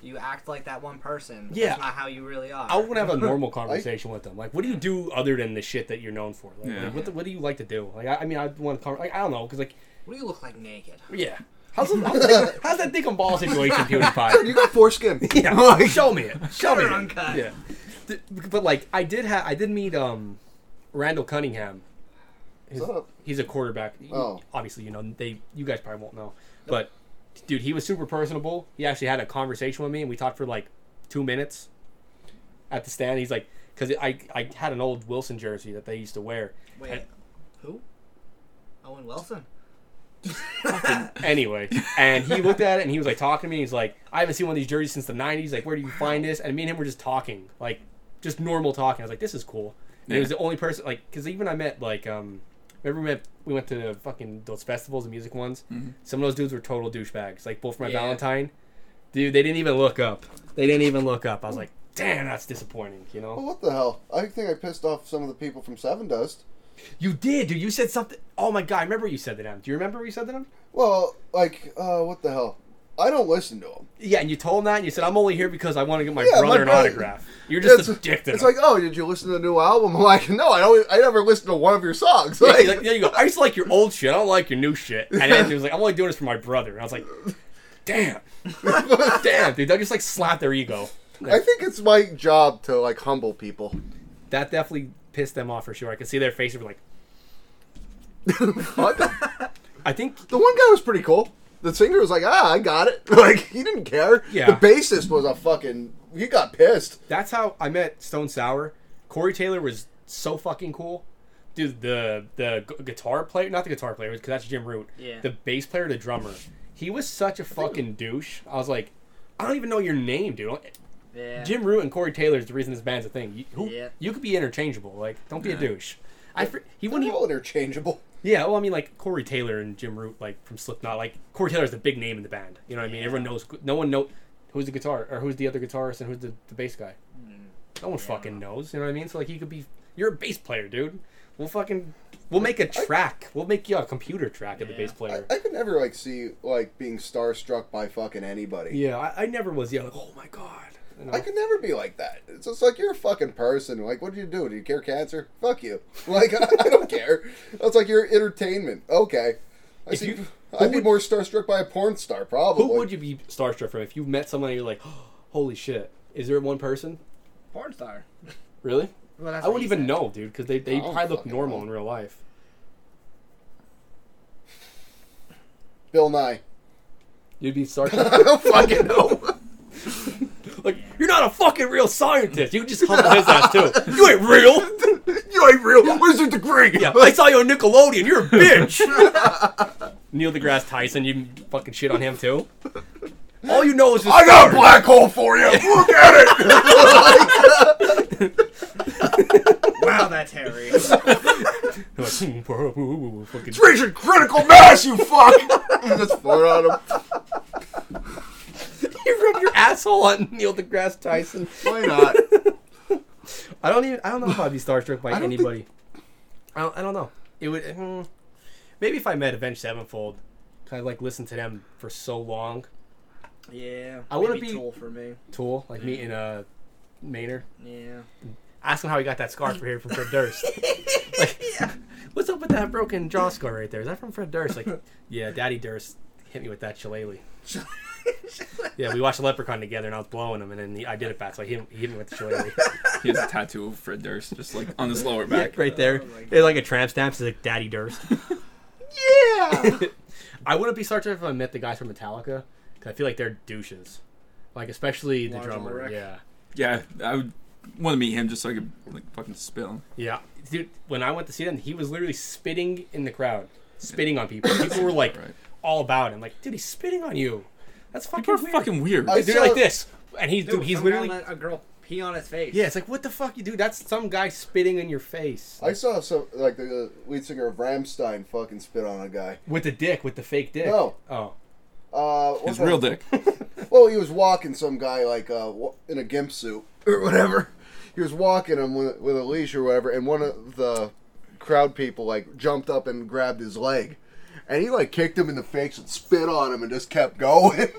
you act like that one person. but Yeah. That's not how you really are. I want to have a normal conversation with them. Like, what do you do other than the shit that you're known for? Like, Yeah. like, what, the, what do you like to do? Like, I, I mean, I want to cover. Like, I don't know, because like, What do you look like naked? yeah, how's, the- how's, the- how's that dick and ball situation, PewDiePie? You got foreskin. Yeah, like, show me it. Show me Or it. uncut. Yeah, Th- but like, I did have, I did meet um, Randall Cunningham. He's, What's up? he's a quarterback. You- Oh. obviously, you know they. You guys probably won't know, but dude, he was super personable. He actually had a conversation with me, and we talked for like two minutes at the stand. He's like, because I I had an old Wilson jersey that they used to wear. Wait. Who? Owen Wilson. Anyway, and he looked at it and he was like talking to me. He's like, I haven't seen one of these jerseys since the '90s. Like, where do you find this? And me and him were just talking, like just normal talking. I was like, this is cool. And he was Yeah. the only person, like, because even I met like um. Remember we, met, we went to fucking those festivals and music ones? Some of those dudes were total douchebags. Like, both my Yeah. Valentine, dude, they didn't even look up. They didn't even look up. I was like, damn, that's disappointing, you know? Well, what the hell? I think I pissed off some of the people from Seven Dust. You did, dude. You said something. Oh my god, I remember you said that. Adam. Do you remember what you said that? Adam? Well, like, uh, what the hell? I don't listen to them. Yeah, and you told him that, and you said, "I'm only here because I want to get my Yeah, my brother an brother. autograph." You're just It's- a dick. to It's them. like, oh, did you listen to the new album? I'm like, no, I don't. I never listened to one of your songs. Like, He's like, there you go. I just like your old shit. I don't like your new shit. And then he was like, "I'm only doing this for my brother." And I was like, "Damn, damn, dude, that just like slapped their ego." I think it's my job to like humble people. That definitely pissed them off for sure. I could see their faces were like, What the- "I think the one guy was pretty cool. The singer was like, ah, I got it. Like he didn't care. Yeah. The bassist was a fucking. He got pissed. that's how I met Stone Sour. Corey Taylor was so fucking cool. Dude, the the gu- guitar player, not the guitar player, because that's Jim Root. Yeah. The bass player, the drummer. He was such a fucking douche. I was like, I don't even know your name, dude. Yeah. Jim Root and Corey Taylor is the reason this band's a thing. You, who, Yeah. you could be interchangeable. Like, don't be a douche. I fr- he They're wouldn't. even- all interchangeable. yeah, well, I mean, like Corey Taylor and Jim Root, like from Slipknot, like Corey Taylor is the big name in the band. You know what I mean? Everyone knows. No one know who who's the guitar or who's the other guitarist and who's the, the bass guy? No one fucking knows. You know what I mean? So like you could be you're a bass player, dude. We'll fucking we'll make a track. we'll make you a computer track of the bass player. I could never like see like being starstruck by fucking anybody. yeah, I, I never was. Yeah, like oh my god. You know? I could never be like that. It's just like you're a fucking person. Like, what do you do? Do you care cancer? Fuck you. Like, I, I don't care. That's like your entertainment. Okay. I If see, you- who I'd be would- more starstruck by a porn star, probably. Who would you be starstruck from if you met someone and you're like, holy shit? Is there one person? Porn star. Really? Well, that's I what wouldn't he even said. know, dude, because they, they I don't probably look fucking normal know. in real life. Bill Nye. You'd be I starstruck. don't fucking know. like, you're not a fucking real scientist. You just humble his ass, too. You ain't real. You ain't real. Where's your degree? Yeah, I saw you on Nickelodeon. You're a bitch. Neil deGrasse Tyson, you fucking shit on him, too. All you know is just I got a stars. black hole for you. Look at it. Wow, that's hairy. Like, fucking- It's reaching critical mass, you fuck. That's fun on him. you rub your asshole on Neil deGrasse Tyson. Why not? I don't even. I don't know if I'd be starstruck by don't anybody. I, don't, I don't know. It would. hmm. maybe if I met Avenged Sevenfold, 'cause I like listened to them for so long. yeah. I wouldn't maybe be- Tool for me. Tool, like meeting uh, Maynard, Yeah. asking how he got that scar for here from Fred Durst. like, what's up with that broken jaw scar right there? Is that from Fred Durst? Like, yeah, Daddy Durst hit me with that shillelagh. yeah, we watched Leprechaun together, and I was blowing him, and then he, I did it back, so he hit, he hit me with the shillelagh. He has a tattoo of Fred Durst just like on his lower back. right there. Oh my it's like a tramp stamp. It's like Daddy Durst. yeah. I wouldn't be starstruck if I met the guys from Metallica because I feel like they're douches. Like especially the Lars drummer. Ulrich. Yeah. Yeah, I would want to meet him just so I could like fucking spill. Yeah, dude. When I went to see them, he was literally spitting in the crowd, spitting on people. People were like Right. all about him. Like, dude, he's spitting on you. That's fucking People are weird. fucking weird. I- Like, they're saw- like this, and he's dude. Dude, He's some guy literally. let a girl pee on his face. Yeah, it's like what the fuck you do? That's some guy spitting in your face I saw some like the lead singer of Ramstein fucking spit on a guy. with the dick, with the fake dick. No. Oh. Uh, what His was real that? dick. Well, he was walking some guy like uh, wa- in a gimp suit or whatever. He was walking him with, with a leash or whatever, and one of the crowd people like jumped up and grabbed his leg, and he like kicked him in the face and spit on him and just kept going.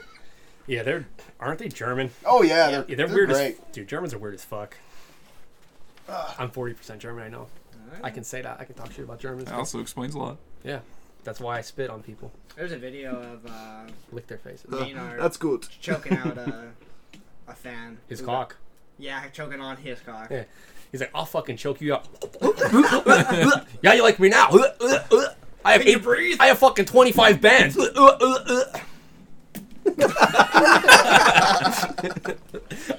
Yeah, they're aren't they German? oh yeah, they're, Yeah, they're, they're weird great. as dude. Germans are weird as fuck. I'm 40% German. I know. I can say that. I can talk shit about Germans. That also explains a lot. Yeah, that's why I spit on people, There's a video of uh, lick their faces. Uh, Maynard That's good. choking out a, a fan. His Who- cock. Yeah, choking on his cock. Yeah. He's like, I'll fucking choke you out. yeah, you like me now. I have eight, breathe? I have fucking 25 bands. I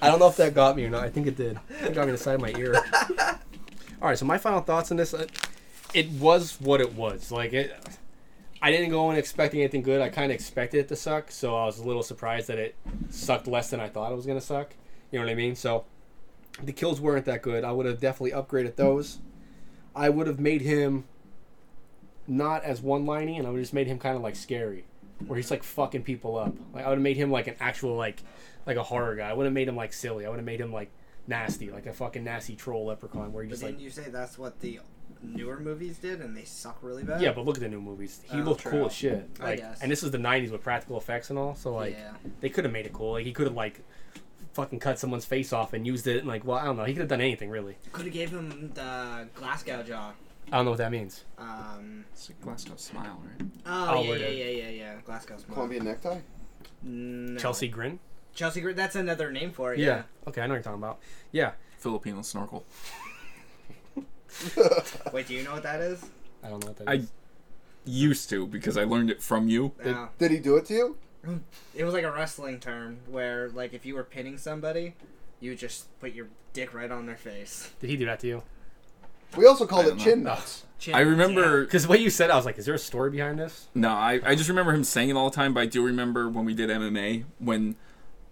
don't know if that got me or not. I think it did. I think it got me inside my ear. All right, so my final thoughts on this. uh, It was what it was. Like it, I didn't go in expecting anything good. I kind of expected it to suck, so I was a little surprised that it sucked less than I thought it was gonna suck. You know what I mean? So the kills weren't that good. I would have definitely upgraded those. I would have made him not as one liney, and I would have just made him kind of like scary, where he's like fucking people up. Like I would have made him like an actual like like a horror guy. I would have made him like silly. I would have made him like nasty, like a fucking nasty troll leprechaun, where he But just didn't like you say that's what the newer movies did and they suck really bad? yeah. But look at the new movies. He Oh, looked true. cool as shit. I Like, guess. and this was the '90s with practical effects and all. So like, yeah. they could have made it cool. Like he could have like fucking cut someone's face off and used it. And like, well, I don't know. He could have done anything really. Could have gave him the Glasgow jaw. I don't know what that means. Um, It's like Glasgow smile, right? oh, Oh, yeah, we're yeah, dead. yeah, yeah, yeah. Glasgow smile. Colombian necktie. No. Chelsea Grin. Chelsea Grin. That's another name for it. Yeah. Yeah. Okay, I know what you're talking about. Yeah. Filipino snorkel. Wait, do you know what that is? I don't know what that I is. used to because I learned it from you. No. Did he do it to you? It was like a wrestling term where, like, if you were pinning somebody, you would just put your dick right on their face. Did he do that to you? We also called I it don't know. chin nuts. Chin- I remember Because the way you said it, I was like, is there a story behind this? No, I, I just remember him saying it all the time, but I do remember when we did MMA when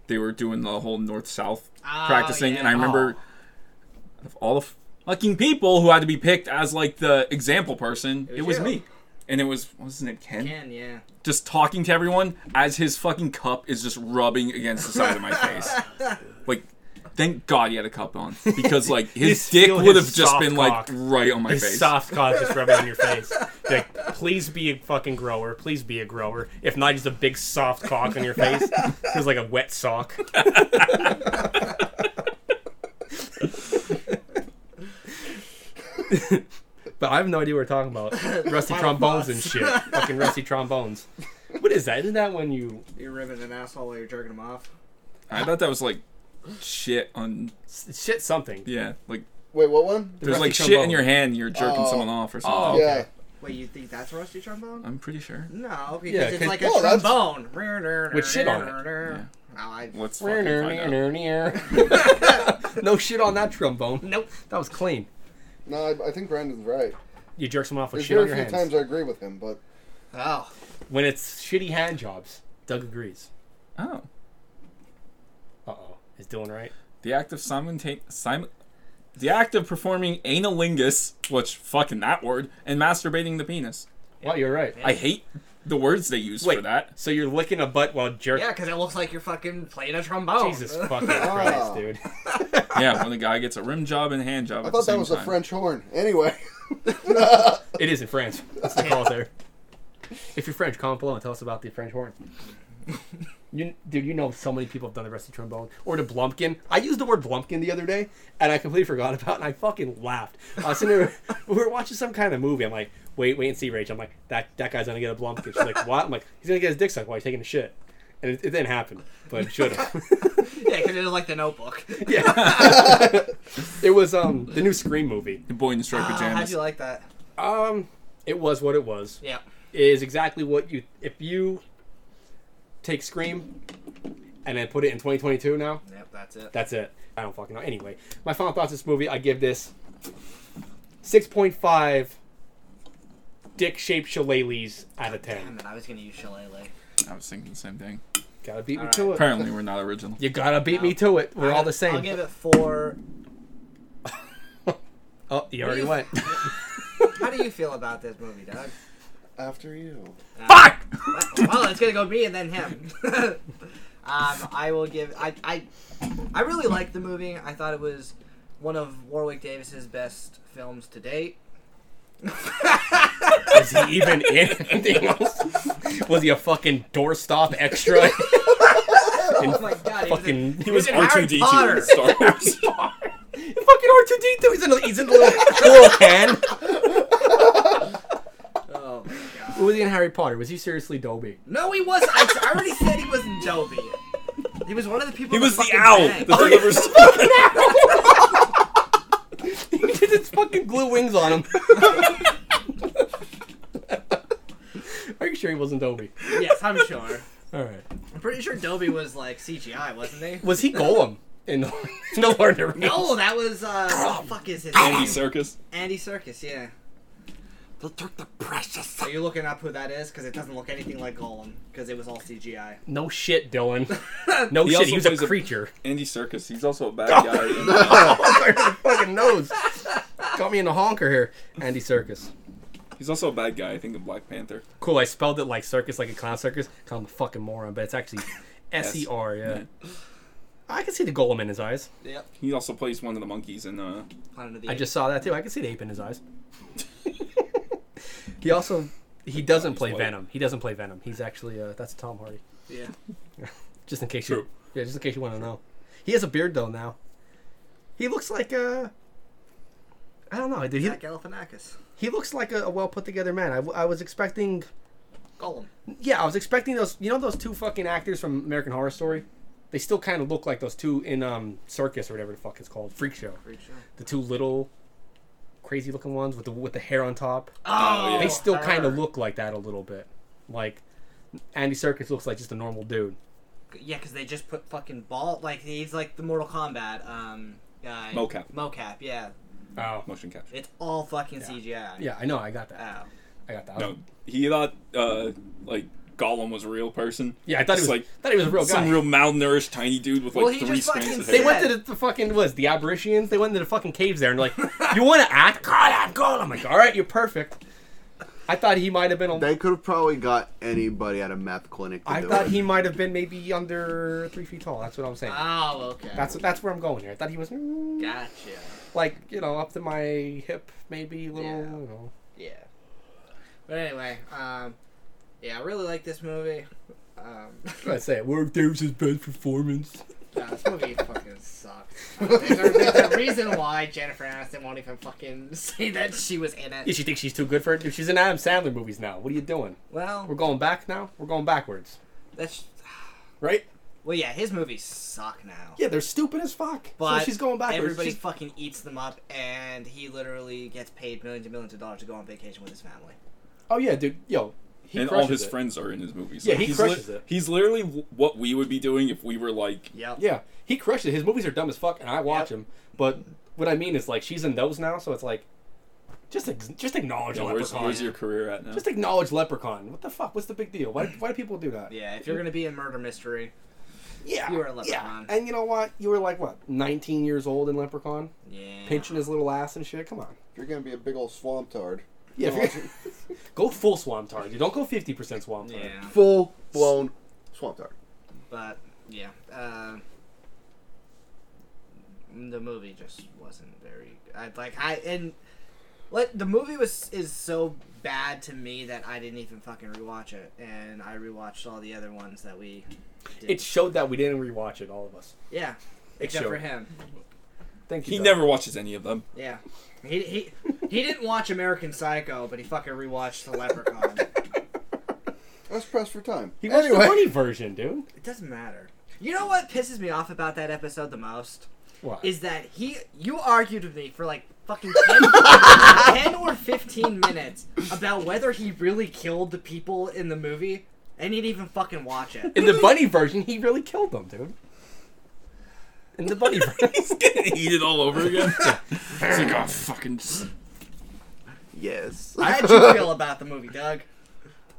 they were doing the whole north south Oh, practicing, and I yeah. remember Oh. of all the fucking people who had to be picked as like the example person, it was, you. me. and it was what was his name Ken? Ken, yeah. just talking to everyone as his fucking cup is just rubbing against the side of my face. Like, thank God he had a cup on because like his Just dick feel would his have just soft been cock. like right on my His face. soft cock just rubbing on your face. Like, please be a fucking grower. Please be a grower. If not, just a big soft cock on your face. Feels like a wet sock. but I have no idea what we're talking about. Rusty trombones and shit. Fucking rusty trombones. What is that? Isn't that when you? You're ripping an asshole while you're jerking him off. I thought that was like shit on Shit, something. yeah like Wait, what one? there's Rusty like shit in trombone. your hand you're jerking Oh. someone off or Oh, something. okay. Yeah. Wait, you think that's a rusty trombone? I'm pretty sure. No, because Yeah, it's 'cause- like a Oh, that's- trombone. With shit on it. Oh, I, Let's fucking find out. no shit on that trombone. Nope, that was clean. No, I, I think Brandon's right. You jerk someone off with There's shit on very your few hands. times I agree with him, but oh, When it's shitty hand jobs, Doug agrees. Oh, Uh oh, is Dylan right? the act of simulta- sim- the act of performing analingus, which fucking that word, and masturbating the penis. Wow, you're right. I hate the words they use for that. so you're licking a butt while jerk? yeah, Oh. because it looks like you're fucking playing a trombone. Jesus fucking Christ, dude. yeah, when the guy gets a rim job and a hand job. I at thought the that same was time. a French horn. Anyway, It is in France. That's the call there. If you're French, comment below and tell us about the French horn. You, dude, you know so many people have done the rusty trombone or the blumpkin. I used the word blumpkin the other day, and I completely forgot about, it, and I fucking laughed. I was sitting there, we were watching some kind of movie. I'm like, wait, wait and see, Rachel. I'm like, that that guy's gonna get a blumpkin. She's like, what? I'm like, he's gonna get his dick sucked while he's taking a shit, and it, it didn't happen, but it should have. Yeah, because it was like the Notebook. yeah, it was um the new Scream movie. The boy in the striped Ah, how'd pajamas. you like that? Um, it was what it was. Yeah. is exactly what you if you take Scream and then put it in 2022 now, Yep, that's it. that's it. I don't fucking know. Anyway, my final thoughts of this movie, I give this 6.5 dick-shaped shillelaghs out of 10. Damn it, I was gonna use Shillelagh. I was thinking the same thing. Gotta beat me All to right. it. Apparently, we're not original. You gotta beat No. me to it. We're I'll all give- the same. I'll give it four. oh, you already you- went. How do you feel about this movie, Doug? after you. Fuck! well, it's gonna go me and then him. um, I will give. I, I I really liked the movie. I thought it was one of Warwick Davis's best films to date. Oh Is he even in anything else? Was he a fucking doorstop extra? Oh my god, he was in- fucking, he was in Harry R2D2 Potter. in Star Wars. fucking R two D two. He's in the he's in the little, little can. Oh. Who was he in Harry Potter? Was he seriously Dobby? No, he wasn't. I, I already said he wasn't Dobby. He was one of the people. He that was the fucking owl sang. that delivers. he just fucking glue wings on him. Are you sure he wasn't Dobby? Oh, yes, I'm sure. All right. I'm pretty sure Dobby was like CGI, wasn't he? Was he Golem in the in the Lord of the Rings? No, that was uh, what the fuck is his Andy name? Circus. Andy Circus, yeah. They took the precious. Are you looking up who that is? Because it doesn't look anything like Golem. Because it was all CGI. No shit, Dylan. No He shit. also He was a plays a- creature. Andy Circus. He's also a Oh, bad guy. fucking nose. Got me in a honker here, Andy Circus. He's also a bad guy. I think in Black Panther. Cool. I spelled it like circus, like a clown circus. 'cause I'm a fucking moron, but it's actually S E R. Yeah. I can see the golem in his eyes. Yep. He also plays one of the monkeys in. Uh, Planet of the I Apes. just saw that too. I can see the ape in his eyes. he also he doesn't play white. Venom. He doesn't play Venom. He's actually uh, that's Tom Hardy. Yeah. Just in case True. you yeah, just in case you want to know. He has a beard though now. He looks like uh I don't know, dude. He, Zach Galifianakis. he looks like a, a well put together man. I, w- I was expecting Golem. yeah, I was expecting those. You know those two fucking actors from American Horror Story? They still kind of look like those two in um Circus or whatever the fuck it's called, Freak Show. Pretty sure. The two little crazy looking ones with the with the hair on top. Oh, They still her. kind of look like that a little bit. Like Andy Serkis looks like just a normal dude. Yeah, because they just put fucking ball. Like he's like the Mortal Kombat um guy. Mocap. Mocap. Yeah. Oh. motion capture. It's all fucking CGI. Yeah, I know. I got that. Oh. I got that. No, he thought uh, like Gollum was a real person. Yeah, I thought it was Just like like thought he was a real guy. some real malnourished tiny dude with like Well, he three just strands fucking of they hair. said- went to the, the fucking was the Aborigines. They went to the fucking caves there and like, you want to act? God, I'm God. I'm like, all right, you're perfect. I thought he might have been. A, They could have probably got anybody at a meth clinic. To I do uh, thought it. he might have been maybe under three feet tall. That's what I'm saying. Oh, okay. That's that's where I'm going here. I thought he was mm, gotcha. like you know up to my hip, maybe a little. Yeah. You know. Yeah. But anyway, um, yeah, I really like this movie. Um, Let's say it. Work Davis's best performance. nah, this movie fucking sucks. Uh, there's, a, there's a reason why Jennifer Aniston won't even fucking say that she was in Yeah, it. she thinks she's too good for it. Dude, she's in Adam Sandler movies now. What are you doing? We're Well, going back now. We're going backwards, that's right? well, yeah, his movies suck now. Yeah, they're stupid as fuck. But so she's going backwards. Everybody She's- fucking eats them up, and he literally gets paid millions and millions of dollars to go on vacation with his family. oh yeah, dude. Yo, he and all crushes his it. friends are in his movies. Yeah, he he's crushes it. He's literally w- what we would be doing if we were like. Yep. Yeah, he crushes it. His movies are dumb as fuck, and I watch Yep. them. But what I mean is, like, she's in those now, so it's like, just ex- just acknowledge You know, where's, Leprechaun. where's your career at now? Just acknowledge Leprechaun. What the fuck? What's the big deal? Why, why do people do that? Yeah, if you're gonna be in murder mystery, yeah, You were a leprechaun. Yeah. And you know what? You were like what, 19 years old in Leprechaun, yeah. pinching his little ass and shit. Come on. You're gonna be a big old swamp tard. Yeah, if you're- go full swamp target. Don't go 50% swamp target. Yeah. Full blown swamp tard. But yeah, uh, the movie just wasn't very. I like I and what the movie was is so bad to me that I didn't even fucking rewatch it, and I rewatched all the other ones that we. Did. It showed that we didn't rewatch it, all of us. yeah, except for showed. him. Thank you. he Doug. never watches any of them. Yeah, he he he didn't watch American Psycho, but he fucking rewatched The Leprechaun. That's pressed for time. He watched anyway, the money version, dude. It doesn't matter. You know what pisses me off about that episode the most? What? is that he you argued with me for like fucking 10, 10 or 15 minutes about whether he really killed the people in the movie and he'd even fucking watch it in the bunny version, he really killed them, dude. In the bunny version. Eat it all over again. it's like, oh, fucking. s- yes. how'd you feel about the movie doug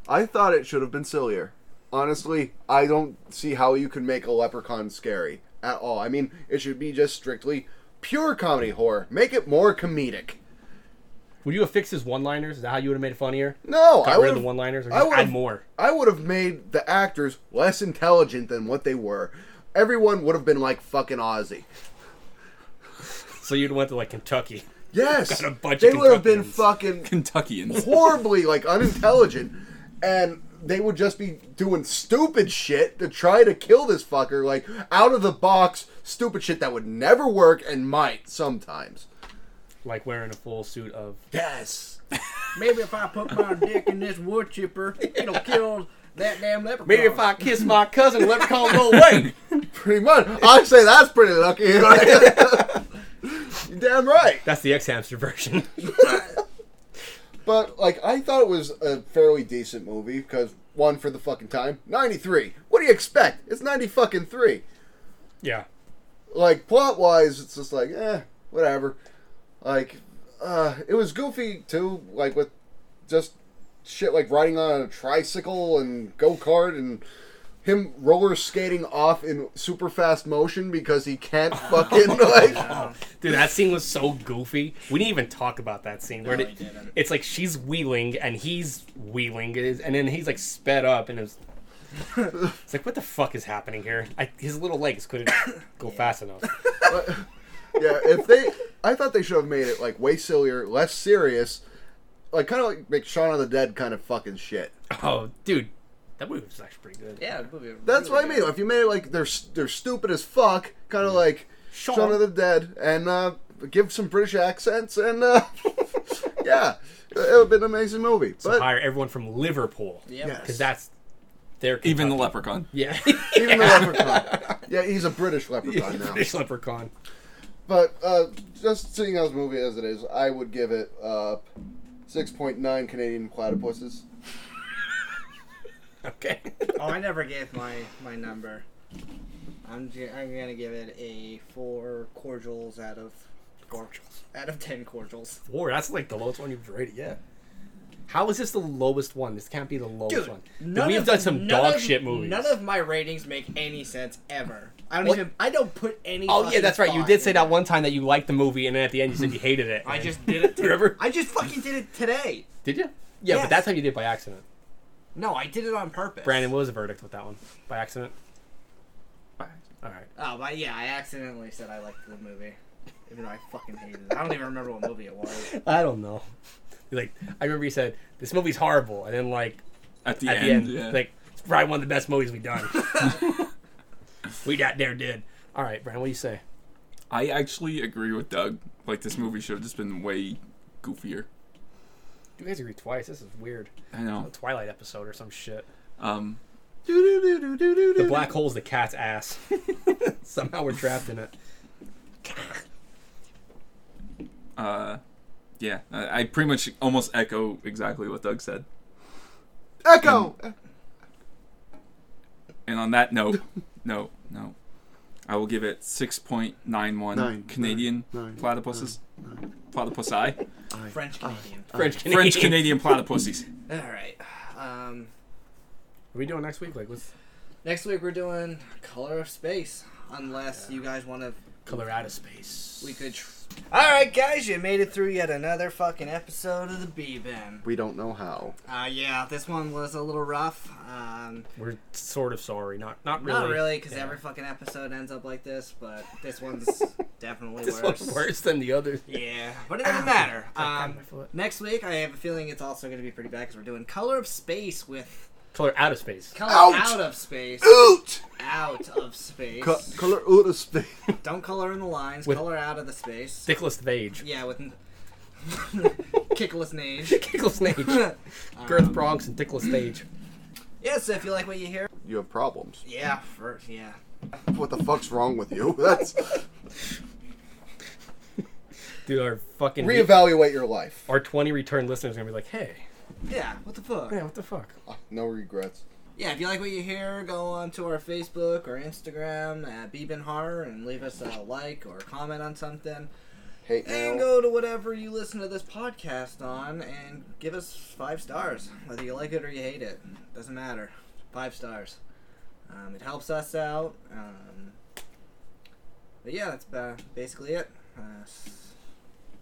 I thought it should have been sillier. Honestly, I don't see how you can make a leprechaun scary at all. I mean, it should be just strictly pure comedy horror. Make it more comedic. Would you have fixed his one-liners? Is that how you would have made it funnier? No, I Got rid of the would one-liners or I just would've- add more? I would have made the actors less intelligent than what they were. Everyone would have been like fucking Aussie. So you'd went to like Kentucky. Yes, Got a bunch they of would have been Kentuckians. fucking Kentuckians. horribly like unintelligent and they would just be doing stupid shit to try to kill this fucker like out of the box stupid shit that would never work and might sometimes Like wearing a full suit of yes maybe if i put my dick in this wood chipper it'll kill that damn leprechaun Maybe if I kiss my cousin, leprechaun go away. pretty much i'd say that's pretty lucky You're damn right That's the X hamster version. but like i thought it was a fairly decent movie because one for the fucking time 93 what do you expect it's 90 fucking 3 yeah. like plot wise, it's just like eh, whatever. Like, uh, it was goofy too, like with just shit like riding on a tricycle and go kart and him roller skating off in super fast motion because he can't fucking like. Dude, that scene was so goofy. We didn't even talk about that scene. Where No, it- we didn't. It's like she's wheeling and he's wheeling, it is- and then he's like sped up, and it's it's like what the fuck is happening here? I, his little legs couldn't go fast enough. Yeah, if they, I thought they should have made it like way sillier, less serious, like kind of like, like Shaun of the Dead kind of fucking shit. Oh, dude, that movie was actually pretty good. yeah the movie That's really what I good. mean. If you made it like they're they're stupid as fuck, kind of like Shaun. Shaun. of the Dead, and uh, give some British accents, and uh, yeah, it would have been an amazing movie. So but hire everyone from Liverpool because Yep. yes. that's their Even the Kentucky. leprechaun. yeah, even the leprechaun. Yeah, he's a British leprechaun now. British leprechaun. But uh, just seeing how this movie as it is, I would give it uh, six point nine Canadian platypuses. Okay, oh i never gave my my number I'm, ju- I'm gonna give it a four cordials out of cordials out of ten cordials four. That's like the lowest one you've rated yet. How is this the lowest one? This can't be the lowest Dude, one. none We've of- done none some dog of- shit movies. None of my ratings make any sense ever. I don't What? even. I don't put any. Oh yeah, fucking that's right. You thought did say into that one time that you liked the movie, and then at the end you said you hated it. it. I And- just did it. remember. I just fucking did it today. Did you? Yeah, Yes. but that time you did it by accident. No, I did it on purpose. Brandon, what was the verdict with that one? By accident? All right. Oh, but yeah, I accidentally said I liked the movie. Even though I fucking hated it. I don't even remember what movie it was. I don't know. Like I remember you said this movie's horrible, and then like At the at end, the end, yeah. like it's probably one of the best movies we done. we got there did. All right, Brian, what do you say? I actually agree with Doug. Like this movie should have just been way goofier. You guys agree twice. This is weird. I know. Twilight episode or some shit. Um, The black hole's the cat's ass. Somehow we're trapped in it. uh, yeah, I, I pretty much almost echo exactly what Doug said. Echo. And on that note, no, no, I will give it six point nine one Nine, Canadian nine, platypuses, platypus eye, Uh, French Uh, Canadian. French Canadian. French Canadian platypuses. uh. All right. Um, What are we doing next week? Like what's next week we're doing Color of Space. Unless you guys want to color out of space? We could. Tr- All right, guys, you made it through yet another fucking episode of the B Bin. We don't know how. Uh, yeah, this one was a little rough. Um, We're sort of sorry. Not not really. Not really, because Yeah. every fucking episode ends up like this, but this one's definitely This worse. one's worse than the others. Yeah, but it doesn't matter. Got Um, my foot. next week, I have a feeling it's also going to be pretty bad because we're doing Color of Space with Color out of space. Color Out. Out of Space. Oot. Out of Space. Co- color out of space. Don't color in the lines, With- color out of the space. Dickless of age. Yeah, with. Kickless name. Dickless age. Girth Bronx and Dickless stage. Yeah, so if you like what you hear, You have problems. yeah, for, yeah. What the fuck's wrong with you? That's Dude, our fucking reevaluate your life. our twenty return listeners are gonna be like, hey, Yeah, what the fuck? man, what the fuck? No regrets. Yeah, if you like what you hear, go on to our Facebook or Instagram at Beben Horror and leave us a like or comment on something. Hate And mail. go to whatever you listen to this podcast on and give us five stars. Whether you like it or you hate it, doesn't matter. Five stars. Um, it helps us out. Um, but yeah, that's ba- basically it. Uh, s-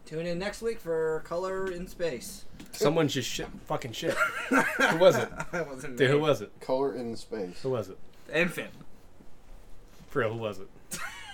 tune in next week for Color in Space. Someone just shit fucking shit. who was it? That wasn't me. Dude, who was it? Color in space. Who was it? Infant. For real, who was it?